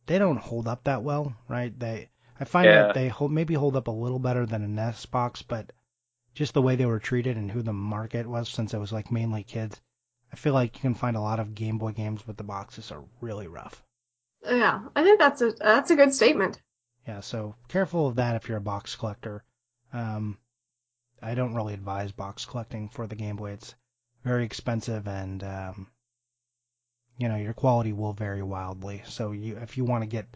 they don't hold up that well, right? They, I find Yeah. that they hold maybe hold up a little better than a NES box, but just the way they were treated and who the market was, since it was like mainly kids, I feel like you can find a lot of Game Boy games, but the boxes are really rough. Yeah. I think that's a that's a good statement. Yeah, so careful of that if you're a box collector. Um, I don't really advise box collecting for the Game Boy. It's very expensive and um, you know your quality will vary wildly. So you if you want to get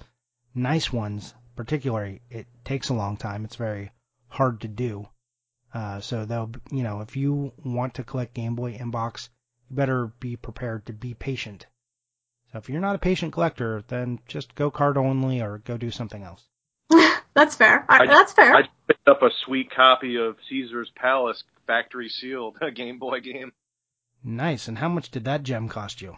nice ones, particularly, it takes a long time. It's very hard to do. Uh, so they'll you know if you want to collect Game Boy inbox, you better be prepared to be patient. So if you're not a patient collector, then just go card only or go do something else. that's fair. I, that's fair. I picked up a sweet copy of Caesar's Palace factory sealed, a Game Boy game. Nice. And how much did that gem cost you?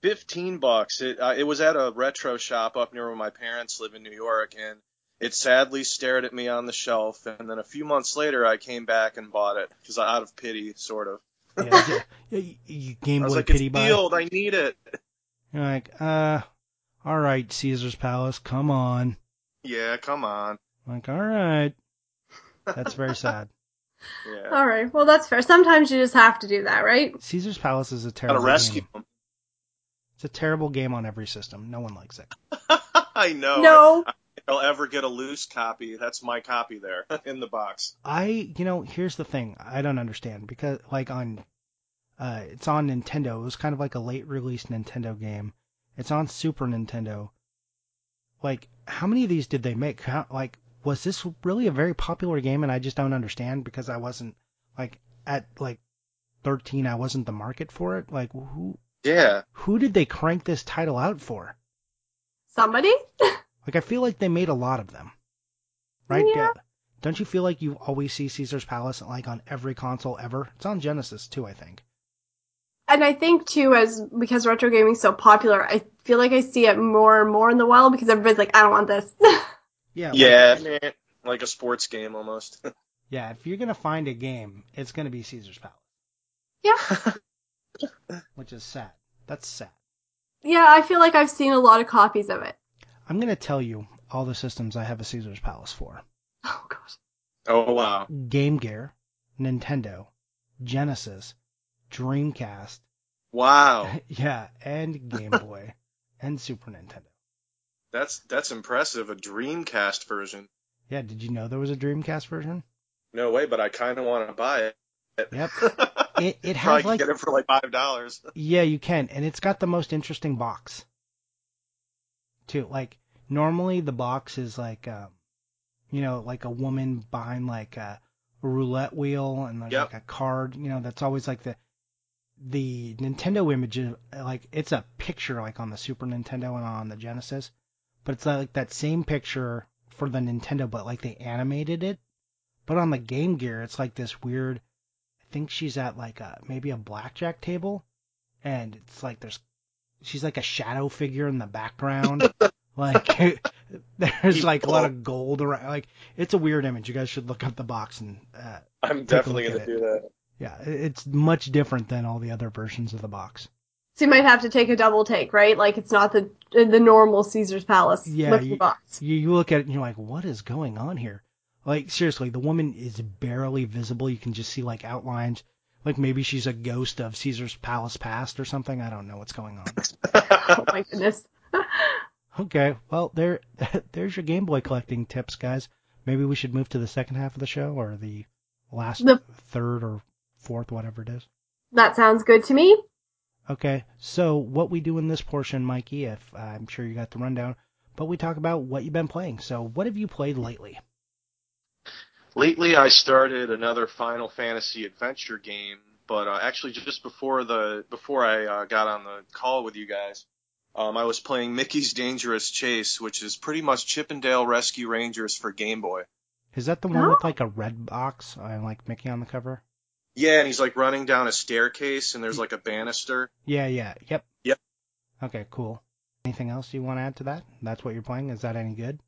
Fifteen bucks. It uh, it was at a retro shop up near where my parents live in New York, and it sadly stared at me on the shelf. And then a few months later, I came back and bought it because out of pity, sort of. yeah, yeah, you, you Game I was Boy like, pity it's buy. sealed. I need it. You're like, uh, all right, Caesar's Palace, come on. Yeah, come on. I'm like, all right. That's very sad. Oh. Yeah, All right. Well, that's fair. Sometimes you just have to do that, right? Caesar's Palace is a terrible gotta rescue game. 'em. It's a terrible game on every system. No one likes it. I know. no. I'll ever get a loose copy. That's my copy there in the box. I, you know, here's the thing. I don't understand because, like, on, uh, it's on Nintendo. It was kind of like a late release Nintendo game. It's on Super Nintendo. Like, how many of these did they make? How, like, was this really a very popular game? And I just don't understand because I wasn't like at like 13. I wasn't the market for it. Like, who Yeah. who did they crank this title out for? Somebody? Like, I feel like they made a lot of them, right? Yeah. Deb? Don't you feel like you always see Caesar's Palace like on every console ever? It's on Genesis too, I think. And I think too, as because retro gaming's so popular, I feel like I see it more and more in the wild because everybody's like, I don't want this. Yeah. like- Yeah. meh, Like a sports game almost. yeah. If you're gonna find a game, it's gonna be Caesar's Palace, yeah. which is sad. That's sad. Yeah, I feel like I've seen a lot of copies of it. I'm gonna tell you all the systems I have a Caesar's Palace for: Oh gosh. oh wow. Game Gear, Nintendo, Genesis, Dreamcast, Wow. yeah, and Game Boy, and Super Nintendo. That's that's impressive. A Dreamcast version. Yeah. Did you know there was a Dreamcast version? No way, but I kind of want to buy it. Yep. Probably It it has can like get it for like five dollars. Yeah, you can, and it's got the most interesting box. Too like normally the box is like, um, you know, like a woman behind like a roulette wheel and there's Yep. like a card. You know, that's always like the the Nintendo image is like it's a picture like on the Super Nintendo and on the Genesis, but it's like that same picture for the Nintendo, but like they animated it. But on the Game Gear, it's like this weird. I think she's at like a maybe a blackjack table, and it's like there's she's like a shadow figure in the background. like there's like a lot of gold around. Like it's a weird image. You guys should look up the box and uh, I'm Take a look definitely at gonna it. do that. yeah, it- it's much different than all the other versions of the box. So you might have to take a double take, right? Like it's not the the normal Caesar's Palace Yeah, looking you- box. You you look at it and you're like, what is going on here? Like seriously, the woman is barely visible. You can just see like outlines. Like maybe she's a ghost of Caesar's Palace past or something. I don't know what's going on. Oh my goodness. Okay, well there, there's your Game Boy collecting tips, guys. Maybe we should move to the second half of the show or the last The- third or fourth, whatever it is. That sounds good to me. Okay, so what we do in this portion, Mikey, if I'm sure you got the rundown, but we talk about what you've been playing. So what have you played lately? Lately, I started another Final Fantasy adventure game, but uh, actually, just before the before I uh, got on the call with you guys, um, I was playing Mickey's Dangerous Chase, which is pretty much Chippendale Rescue Rangers for Game Boy. Is that the one with like a red box and like Mickey on the cover? Yeah, and he's like running down a staircase, and there's like a banister. Yeah, yeah, yep. Yep. Okay, cool. Anything else you want to add to that? That's what you're playing. Is that any good?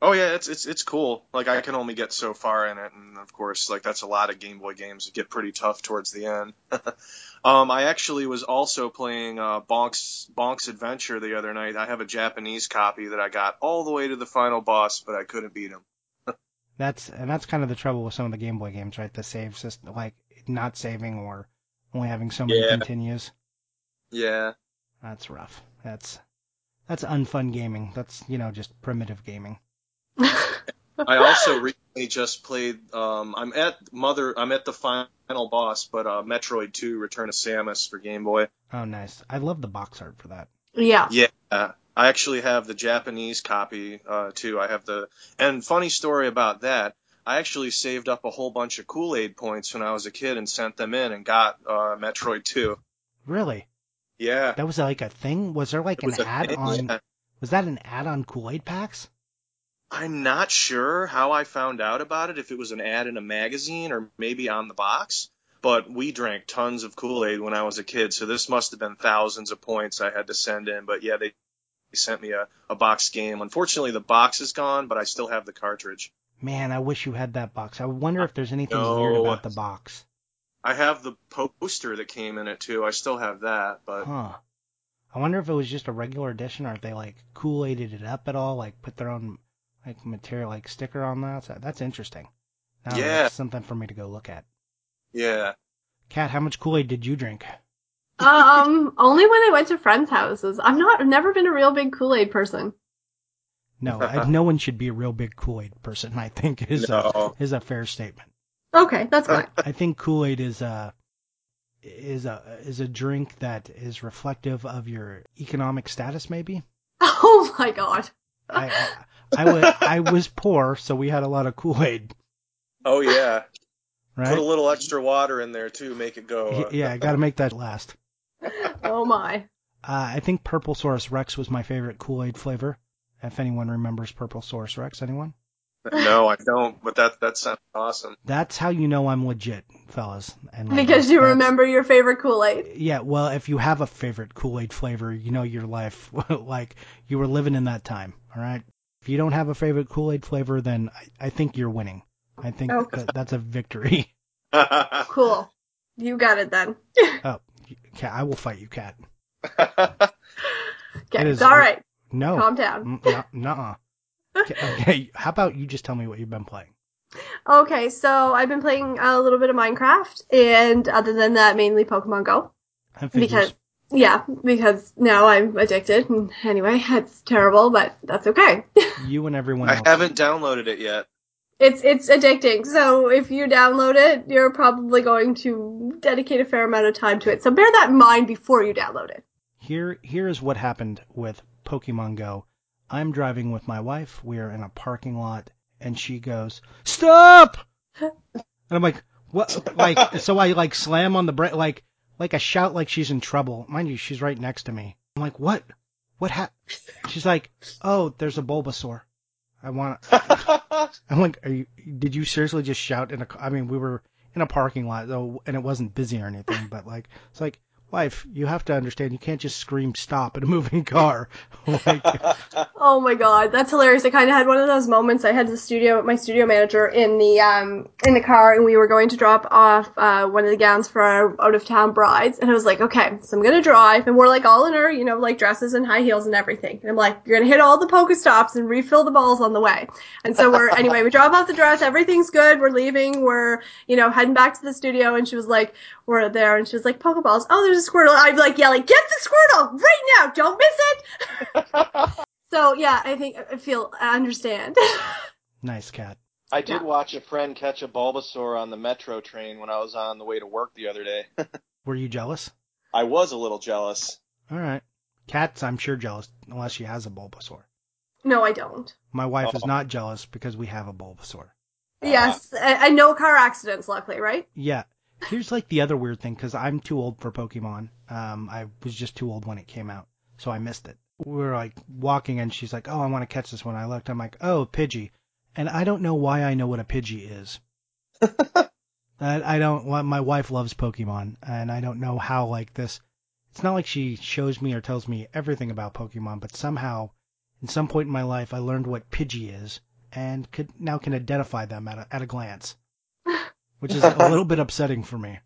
Oh yeah, it's it's it's cool. Like I can only get so far in it, and of course, like that's a lot of Game Boy games that get pretty tough towards the end. um, I actually was also playing uh, Bonk's Bonk's Adventure the other night. I have a Japanese copy that I got all the way to the final boss, but I couldn't beat him. That's and that's kind of the trouble with some of the Game Boy games, right? The save system, like not saving or only having so many Yeah. continues. Yeah, That's rough. That's that's unfun gaming. That's you know just primitive gaming. I also recently just played. Um, I'm at Mother. I'm at the final boss, but uh, Metroid 2: Return of Samus for Game Boy. Oh, nice. I love the box art for that. Yeah. Yeah, I actually have the Japanese copy uh, too. I have the. And funny story about that. I actually saved up a whole bunch of Kool Aid points when I was a kid and sent them in and got uh, Metroid 2. Really? Yeah. That was like a thing? Was there like It an was a ad thing, on. yeah. Was that an ad on Kool Aid packs? I'm not sure how I found out about it, if it was an ad in a magazine or maybe on the box, but we drank tons of Kool Aid when I was a kid, so this must have been thousands of points I had to send in. But yeah, they, they sent me a, a box game. Unfortunately, the box is gone, but I still have the cartridge. Man, I wish you had that box. I wonder if there's anything No. weird about the box. I have the poster that came in it too. I still have that, but Huh. I wonder if it was just a regular edition or if they like Kool Aided it up at all, like put their own like material like sticker on that. So that's interesting. Now Yeah. that's something for me to go look at. yeah. Kat, how much Kool Aid did you drink? um, only when I went to friends' houses. I'm not. I've never been a real big Kool Aid person. No, I, no one should be a real big Kool Aid person. I think is No. a, is a fair statement. Okay, that's fine. I think Kool Aid is a is a is a drink that is reflective of your economic status. Maybe oh my god. I I, I, was, I was poor, so we had a lot of Kool Aid, Oh yeah. Put a right? little extra water in there too, make it go. uh, Yeah, I got to make that last. Oh my. Uh, I think Purple Source Rex was my favorite Kool Aid flavor. If anyone remembers Purple Source Rex, anyone? No, I don't, but that that sounds awesome. That's how you know I'm legit, fellas. And ladies. Because you Oh, That's- remember your favorite Kool Aid. Yeah, well, if you have a favorite Kool Aid flavor, you know your life like you were living in that time. All right. If you don't have a favorite Kool Aid flavor, then I, I think you're winning. I think Okay. that, that's a victory. Cool. You got it then. Cat, I will fight you, Cat. Okay, It it's is- Oh. all right. No, Calm down. nuh Okay, how about you just tell me what you've been playing? Okay, so I've been playing a little bit of Minecraft, and other than that, mainly Pokemon Go. I Because yeah, because now I'm addicted. And anyway, it's terrible, but that's okay. you and everyone I else. haven't downloaded it yet. It's it's addicting. So if you download it, you're probably going to dedicate a fair amount of time to it. So bear that in mind before you download it. Here, here is what happened with Pokemon Go. I'm driving with my wife. We are in a parking lot, and she goes, "Stop!" And I'm like, "What?" Like, so I like slam on the brake, like, like I shout like she's in trouble. Mind you, she's right next to me. I'm like, "What? What hap?" She's like, "Oh, there's a Bulbasaur." I want. I'm like, "Are you? Did you seriously just shout in a? ca- I mean, we were in a parking lot though, and it wasn't busy or anything, but like, it's like." Wife, you have to understand. You can't just scream "stop" at a moving car. like, Oh my god, that's hilarious. I kind of had one of those moments. I had the studio, my studio manager in the um in the car and we were going to drop off uh one of the gowns for our out of town brides and I was like, "Okay, so I'm going to drive." And we're like all in our, you know, like dresses and high heels and everything. And I'm like, "You're going to hit all the Pokestops and refill the balls on the way." And so we're anyway, we drop off the dress, everything's good, we're leaving, we're, you know, heading back to the studio and she was like, "We're there." And she was like, "Pokeballs. Oh, there's a Squirtle." I'm like yelling, "Get the Squirtle right now. Don't miss it." So yeah, I think I feel I understand. nice cat. I did watch a friend catch a Bulbasaur on the metro train when I was on the way to work the other day. Were you jealous? I was a little jealous. All right. Cat's, I'm sure, jealous unless she has a Bulbasaur. no, I don't. My wife is Oh. not jealous because we have a Bulbasaur. Yes, and and no car accidents, luckily, right? Yeah. Here's like the other weird thing because I'm too old for Pokemon. Um, I was just too old when it came out, so I missed it. We were like walking and she's like, "Oh, I want to catch this one." I looked. I'm like, "Oh, Pidgey," and I don't know why I know what a Pidgey is. I, I don't. well, My wife loves Pokemon, and I don't know how like this. It's not like she shows me or tells me everything about Pokemon, but somehow, at some point in my life, I learned what Pidgey is and could now can identify them at a, at a glance, which is a little bit upsetting for me.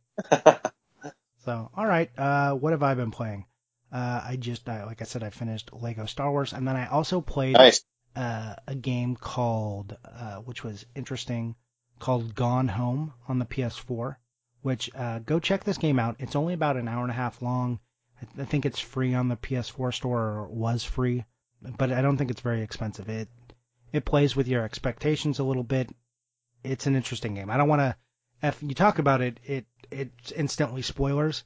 So, all right, uh, what have I been playing? Uh, I just, I, like I said, I finished Lego Star Wars, and then I also played Nice. uh, a game called, uh, which was interesting, called Gone Home on the PS4. Which uh, go check this game out. It's only about an hour and a half long. I, th- I think it's free on the PS4 store or was free, but I don't think it's very expensive. It It plays with your expectations a little bit. It's an interesting game. I don't want to. If you talk about it, it it's instantly spoilers.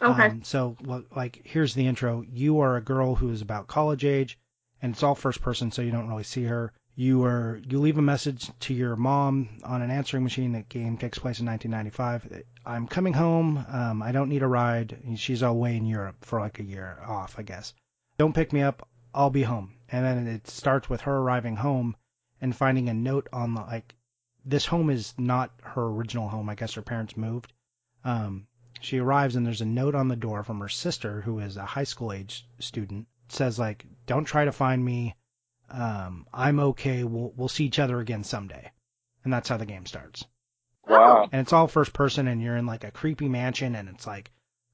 Okay. Um, so, well, like, here's the intro. You are a girl who is about college age, and it's all first person, so you don't really see her. You are you leave a message to your mom on an answering machine. The game takes place in 1995. I'm coming home. Um, I don't need a ride. And she's away in Europe for like a year off, I guess. Don't pick me up. I'll be home. And then it starts with her arriving home and finding a note on the like. This home is not her original home. I guess her parents moved. Um, she arrives and there's a note on the door from her sister, who is a high school age student. It says like, "Don't try to find me. Um, I'm okay. We'll we'll see each other again someday." And that's how the game starts. Wow. And it's all first person, and you're in like a creepy mansion, and it's like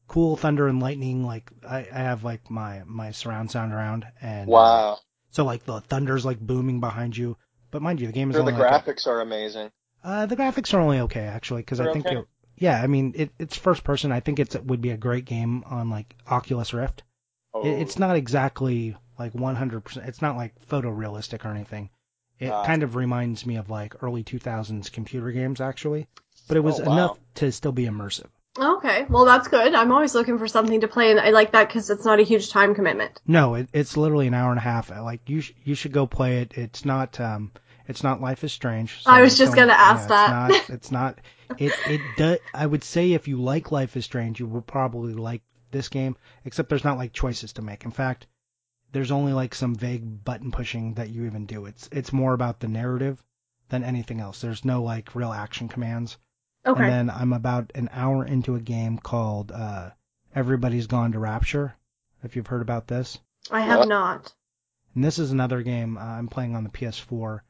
cool thunder and lightning. Like I, I have like my my surround sound around, and Wow. so like the thunder's like booming behind you. But mind you, the game is Sure, the only like a- graphics are amazing. uh, the graphics are only okay actually because I They're think okay? it, yeah, I mean it, it's first person. I think it's it would be a great game on like Oculus Rift. Oh, It, it's not exactly like 100%. It's not like photorealistic or anything. It Ah. kind of reminds me of like early 2000s computer games actually, but it was Oh, wow. enough to still be immersive. Okay, well that's good. I'm always looking for something to play, and I like that because it's not a huge time commitment. No, it, it's literally an hour and a half. Uh, Like you, sh- you should go play it. It's not, um, it's not Life is Strange. I was it's just only- gonna ask yeah, that. It's not. It's not. It it does. I would say if you like Life is Strange, you will probably like this game. Except there's not like choices to make. In fact, there's only like some vague button pushing that you even do. It's it's more about the narrative than anything else. There's no like real action commands. Okay. And then I'm about an hour into a game called uh, Everybody's Gone to Rapture. If you've heard about this. I have What? not. And this is another game uh, I'm playing on the PS4,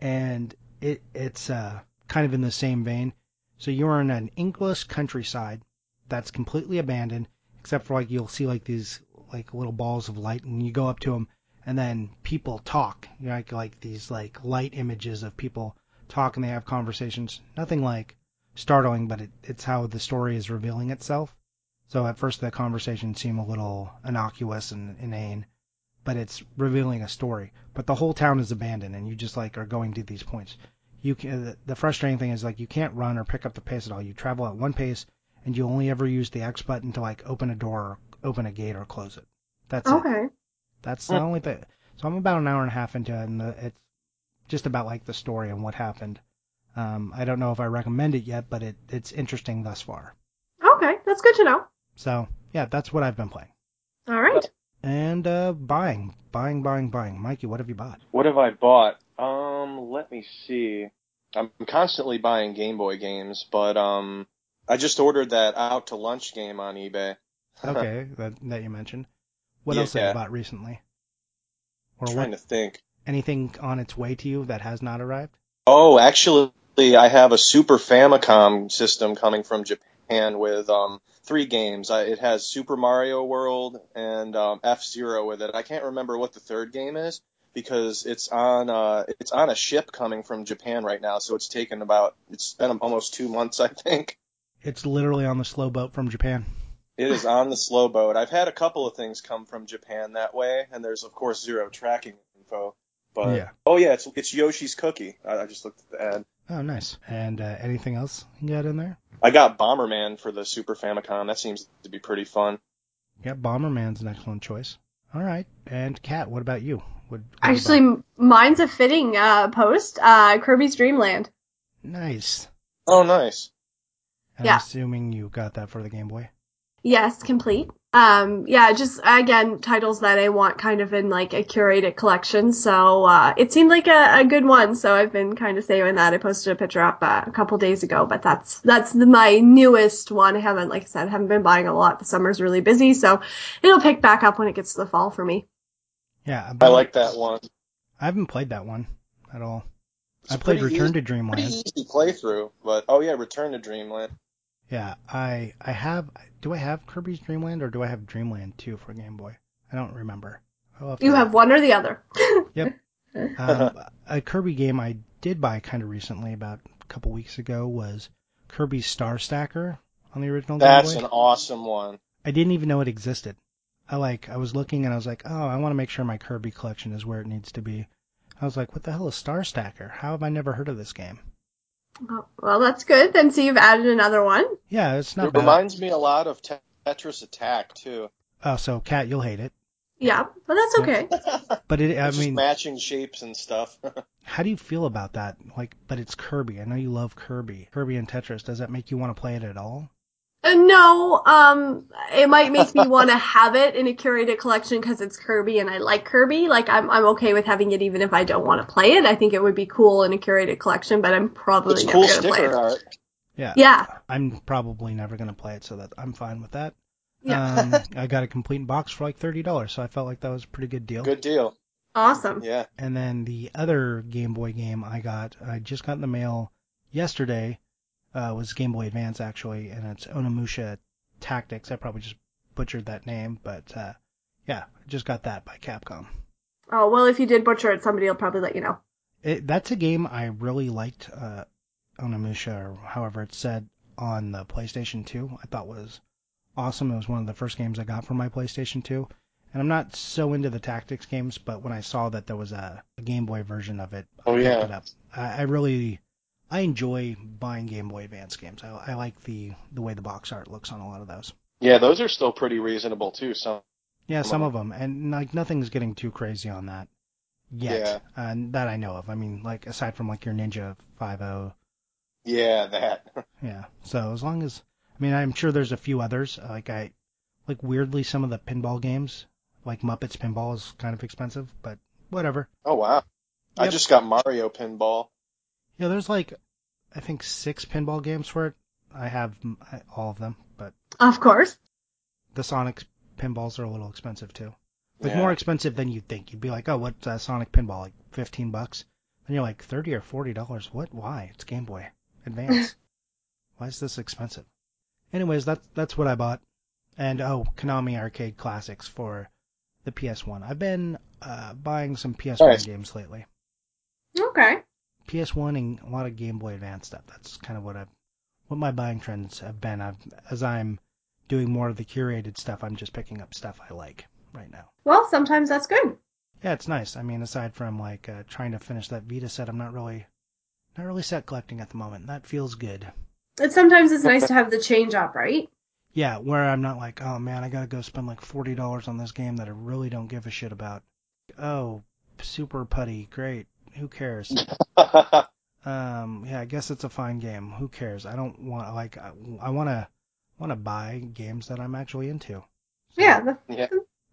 and it it's uh, kind of in the same vein. So you are in an English countryside that's completely abandoned, except for like you'll see like these like little balls of light, and you go up to them, and then people talk. You know, like like these like light images of people talk, and they have conversations. Nothing like startling, but it, it's how the story is revealing itself. So at first the conversations seem a little innocuous and inane but it's revealing a story. But the whole town is abandoned, and you just like are going to these points. You can, the- the frustrating thing is like you can't run or pick up the pace at all. You travel at one pace, and you only ever use the X button to like open a door, or open a gate, or close it. That's it. Okay. That's Mm. the only thing. So I'm about an hour and a half into it, and the, it's just about like the story and what happened. Um, I don't know if I recommend it yet, but it it's interesting thus far. Okay, that's good to know. So yeah, that's what I've been playing All right. and uh, buying, buying, buying, buying. Mikey, what have you bought? What have I bought? Um, let me see. I'm constantly buying Game Boy games, but um, I just ordered that out to lunch game on eBay. okay, that that you mentioned. What Yeah. else have you bought recently? Or I'm Oh, what, trying to think. anything on its way to you that has not arrived? Oh, actually, I have a Super Famicom system coming from Japan with um, three games. I, it has Super Mario World and um, F Zero with it. I can't remember what the third game is because it's on uh, it's on a ship coming from Japan right now. So it's taken about it's been almost two months, I think. It's literally on the slow boat from Japan. It is on the slow boat. I've had a couple of things come from Japan that way, and there's of course zero tracking info. But Yeah. oh yeah, it's it's Yoshi's Cookie. I, I just looked at the ad. Oh, nice. And uh, anything else you got in there? I got Bomberman for the Super Famicom. That seems to be pretty fun. Yeah, Bomberman's an excellent choice. All right. And Kat, what about you? What, what have you Actually, bought? m- mine's a fitting uh, post. Uh, Kirby's Dream Land. nice. Oh, nice. And Yeah. I'm assuming you got that for the Game Boy. Yes, complete. Um, yeah, just again titles that I want kind of in like a curated collection. So uh, it seemed like a, a good one. So I've been kind of saving that. I posted a picture up uh, a couple days ago, but that's that's the, my newest one. I haven't, like I said, haven't been buying a lot. The summer's really busy, so it'll pick back up when it gets to the fall for me. Yeah. I about- like that one. I haven't played that one at all. It's I played pretty Return to easy- Pretty e- Dreamland. easy playthrough, but oh yeah, Return to Dreamland. Yeah, I I have. Do I have Kirby's Dreamland or do I have Dreamland 2 for Game Boy? I don't remember. I'll have to You look. have one or the other. um, Uh-huh. a Kirby game I did buy kind of recently, about a couple weeks ago, was Kirby Star Stacker on the original That's Game an Boy. awesome one. I didn't even know it existed. I like I was looking and I was like, oh, I want to make sure my Kirby collection is where it needs to be. I was like, what the hell is Star Stacker? How have I never heard of this game? Oh, well, that's good. Then, so you've added another one. Yeah, it's not it bad. reminds me a lot of Tetris Attack too. oh, so Kat, you'll hate it. Yeah, but that's okay. But it, I It's just mean, matching shapes and stuff. how do you feel about that? Like, but it's Kirby. I know you love Kirby. Kirby and Tetris. Does that make you want to play it at all? Uh, no, um, it might make me want to have it in a curated collection because it's Kirby and I like Kirby. Like, I'm I'm okay with having it even if I don't want to play it. I think it would be cool in a curated collection, but I'm probably it's never cool gonna play sticker it. art. Yeah. Yeah, I'm probably never gonna play it, so that I'm fine with that. yeah, Um, I got a complete box for like thirty dollars, so I felt like that was a pretty good deal. Good deal. awesome. Yeah. And then the other Game Boy game I got, I just got in the mail yesterday, uh, was Game Boy Advance actually, and it's Onimusha Tactics. I probably just butchered that name, but uh, yeah, I just got that by Capcom. Oh well, if you did butcher it, somebody will probably let you know. It, that's a game I really liked, uh, Onimusha, or however it's said, on the PlayStation 2. I thought was awesome. It was one of the first games I got for my PlayStation 2. And I'm not so into the tactics games, but when I saw that there was a, a Game Boy version of it, Oh, I picked yeah. it up. I, I really, I enjoy buying Game Boy Advance games. I, I like the the way the box art looks on a lot of those. Yeah, those are still pretty reasonable too. So Yeah, Some some of of them, and like nothing's getting too crazy on that Yeah. yet, and that I know of. I mean, like aside from like your Ninja Five oh, O yeah, that. Yeah. So as long as I mean, I'm sure there's a few others. Uh, Like I like weirdly some of the pinball games, like Muppets Pinball is kind of expensive, but whatever. Oh wow. I Yep. just got Mario Pinball. Yeah, there's like I think six pinball games for it. I have mm, I- all of them, but Of course. the Sonic pinballs are a little expensive too. Like Yeah. more expensive than you'd think. You'd be like, oh, what's uh, Sonic pinball? Like 15 bucks. And you're like 30 or 40 dollars. What? Why? It's Game Boy Advance. Why is this expensive? Anyways, that's that's what I bought. And oh, Konami Arcade Classics for the PS1. I've been uh, buying some PS1 Nice. games lately. Okay. PS1 and a lot of Game Boy Advance stuff. That's kind of what I, what my buying trends have been. I've, as I'm doing more of the curated stuff, I'm just picking up stuff I like right now. Well, sometimes that's good. Yeah, it's nice. I mean, aside from like uh, trying to finish that Vita set, I'm not really, not really set collecting at the moment. That feels good. It sometimes it's nice to have the change up, right? Yeah, where I'm not like, oh man, I gotta go spend like forty dollars on this game that I really don't give a shit about. Oh, super putty, great. Who cares? Um, yeah, I guess it's a fine game. Who cares? I don't want like I, I wanna wanna buy games that I'm actually into. So, Yeah, th- yeah.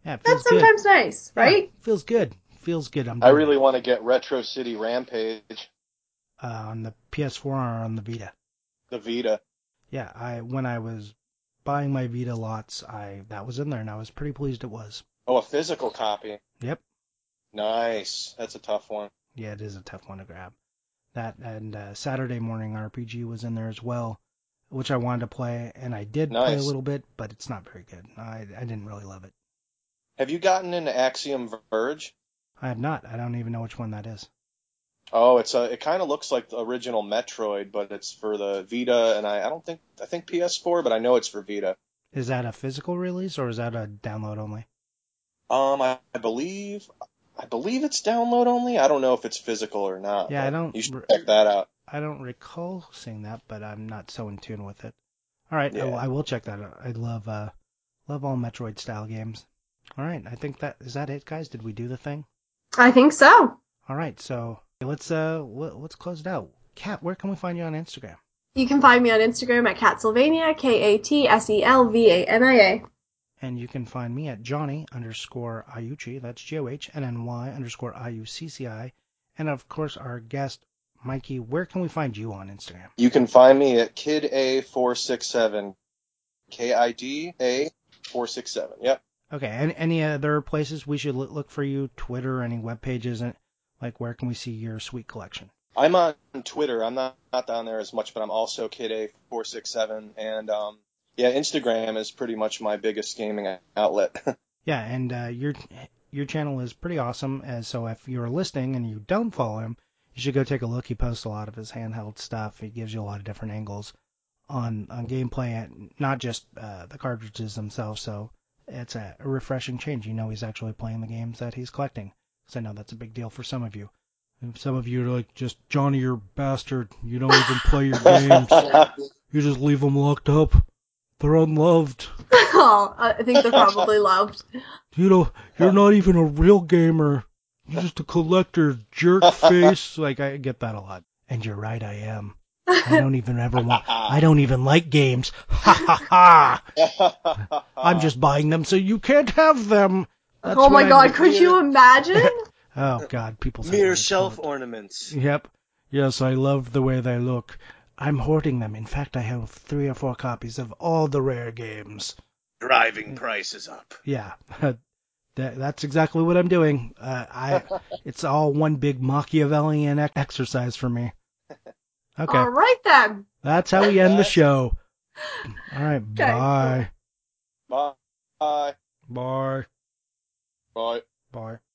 yeah, it feels that's good. sometimes nice, right? Yeah, feels good. Feels good. I'm I doing really want to get Retro City Rampage, it. uh, on the PS4 or on the Vita. the Vita. Yeah, I when I was buying my Vita lots, I that was in there, and I was pretty pleased it was. Oh, a physical copy. Yep. Nice. That's a tough one. Yeah, it is a tough one to grab. That and uh, Saturday Morning RPG was in there as well, which I wanted to play, and I did play a Nice. little bit, but it's not very good. I I didn't really love it. Have you gotten into Axiom Verge? I have not. I don't even know which one that is. Oh, it's a. It kind of looks like the original Metroid, but it's for the Vita, and I, I don't think I think PS4, but I know it's for Vita. Is that a physical release or is that a download only? Um, I, I believe I believe it's download only. I don't know if it's physical or not. Yeah, I but don't You should re- check that out. I don't recall seeing that, but I'm not so in tune with it. All right, I, Yeah. will, I will check that out. I love uh love all Metroid style games. All right, I think that is that it, guys. Did we do the thing? I think so. All right, so let's uh let, let's close it out. Kat, where can we find you on Instagram? You can find me on Instagram at Catsylvania, K A T S E L V A N I A. And you can find me at Johnny underscore Iucci. That's G O H N N Y underscore I U C C I. And of course, our guest Mikey. Where can we find you on Instagram? You can find me at Kid A four six seven, K I D A four six seven. Yep. Okay, and any other places we should loo- look for you? Twitter, any web pages, and like where can we see your sweet collection? I'm on Twitter. I'm not not down there as much, but I'm also Kid A four six seven, and um, yeah, Instagram is pretty much my biggest gaming outlet. Yeah, and uh, your your channel is pretty awesome. And so if you're listening and you don't follow him, you should go take a look. He posts a lot of his handheld stuff. He gives you a lot of different angles on on gameplay, and not just uh, the cartridges themselves. So it's a refreshing change. You know, he's actually playing the games that he's collecting. Because I know that's a big deal for some of you. And some of you are like, just Johnny, you're a bastard. You don't even play your games. You just leave them locked up. They're unloved. oh, I think they're probably loved. You know, you're not even a real gamer. You're just a collector jerk face. Like I get that a lot. And you're right, I am. I don't even ever want. I don't even like games. Ha ha ha! I'm just buying them so you can't have them. That's oh my what I- god, could you imagine? Oh god, people. think I'm Mere a shelf poet. ornaments. Yep. Yes, I love the way they look. I'm hoarding them. In fact, I have three or four copies of all the rare games. Driving prices up. Yeah, that, that's exactly what I'm doing. Uh, I, it's all one big Machiavellian ex- exercise for me. Okay, All right then. that's how we end the show. All right, bye, Bye. Bye. Bye. Bye. Bye.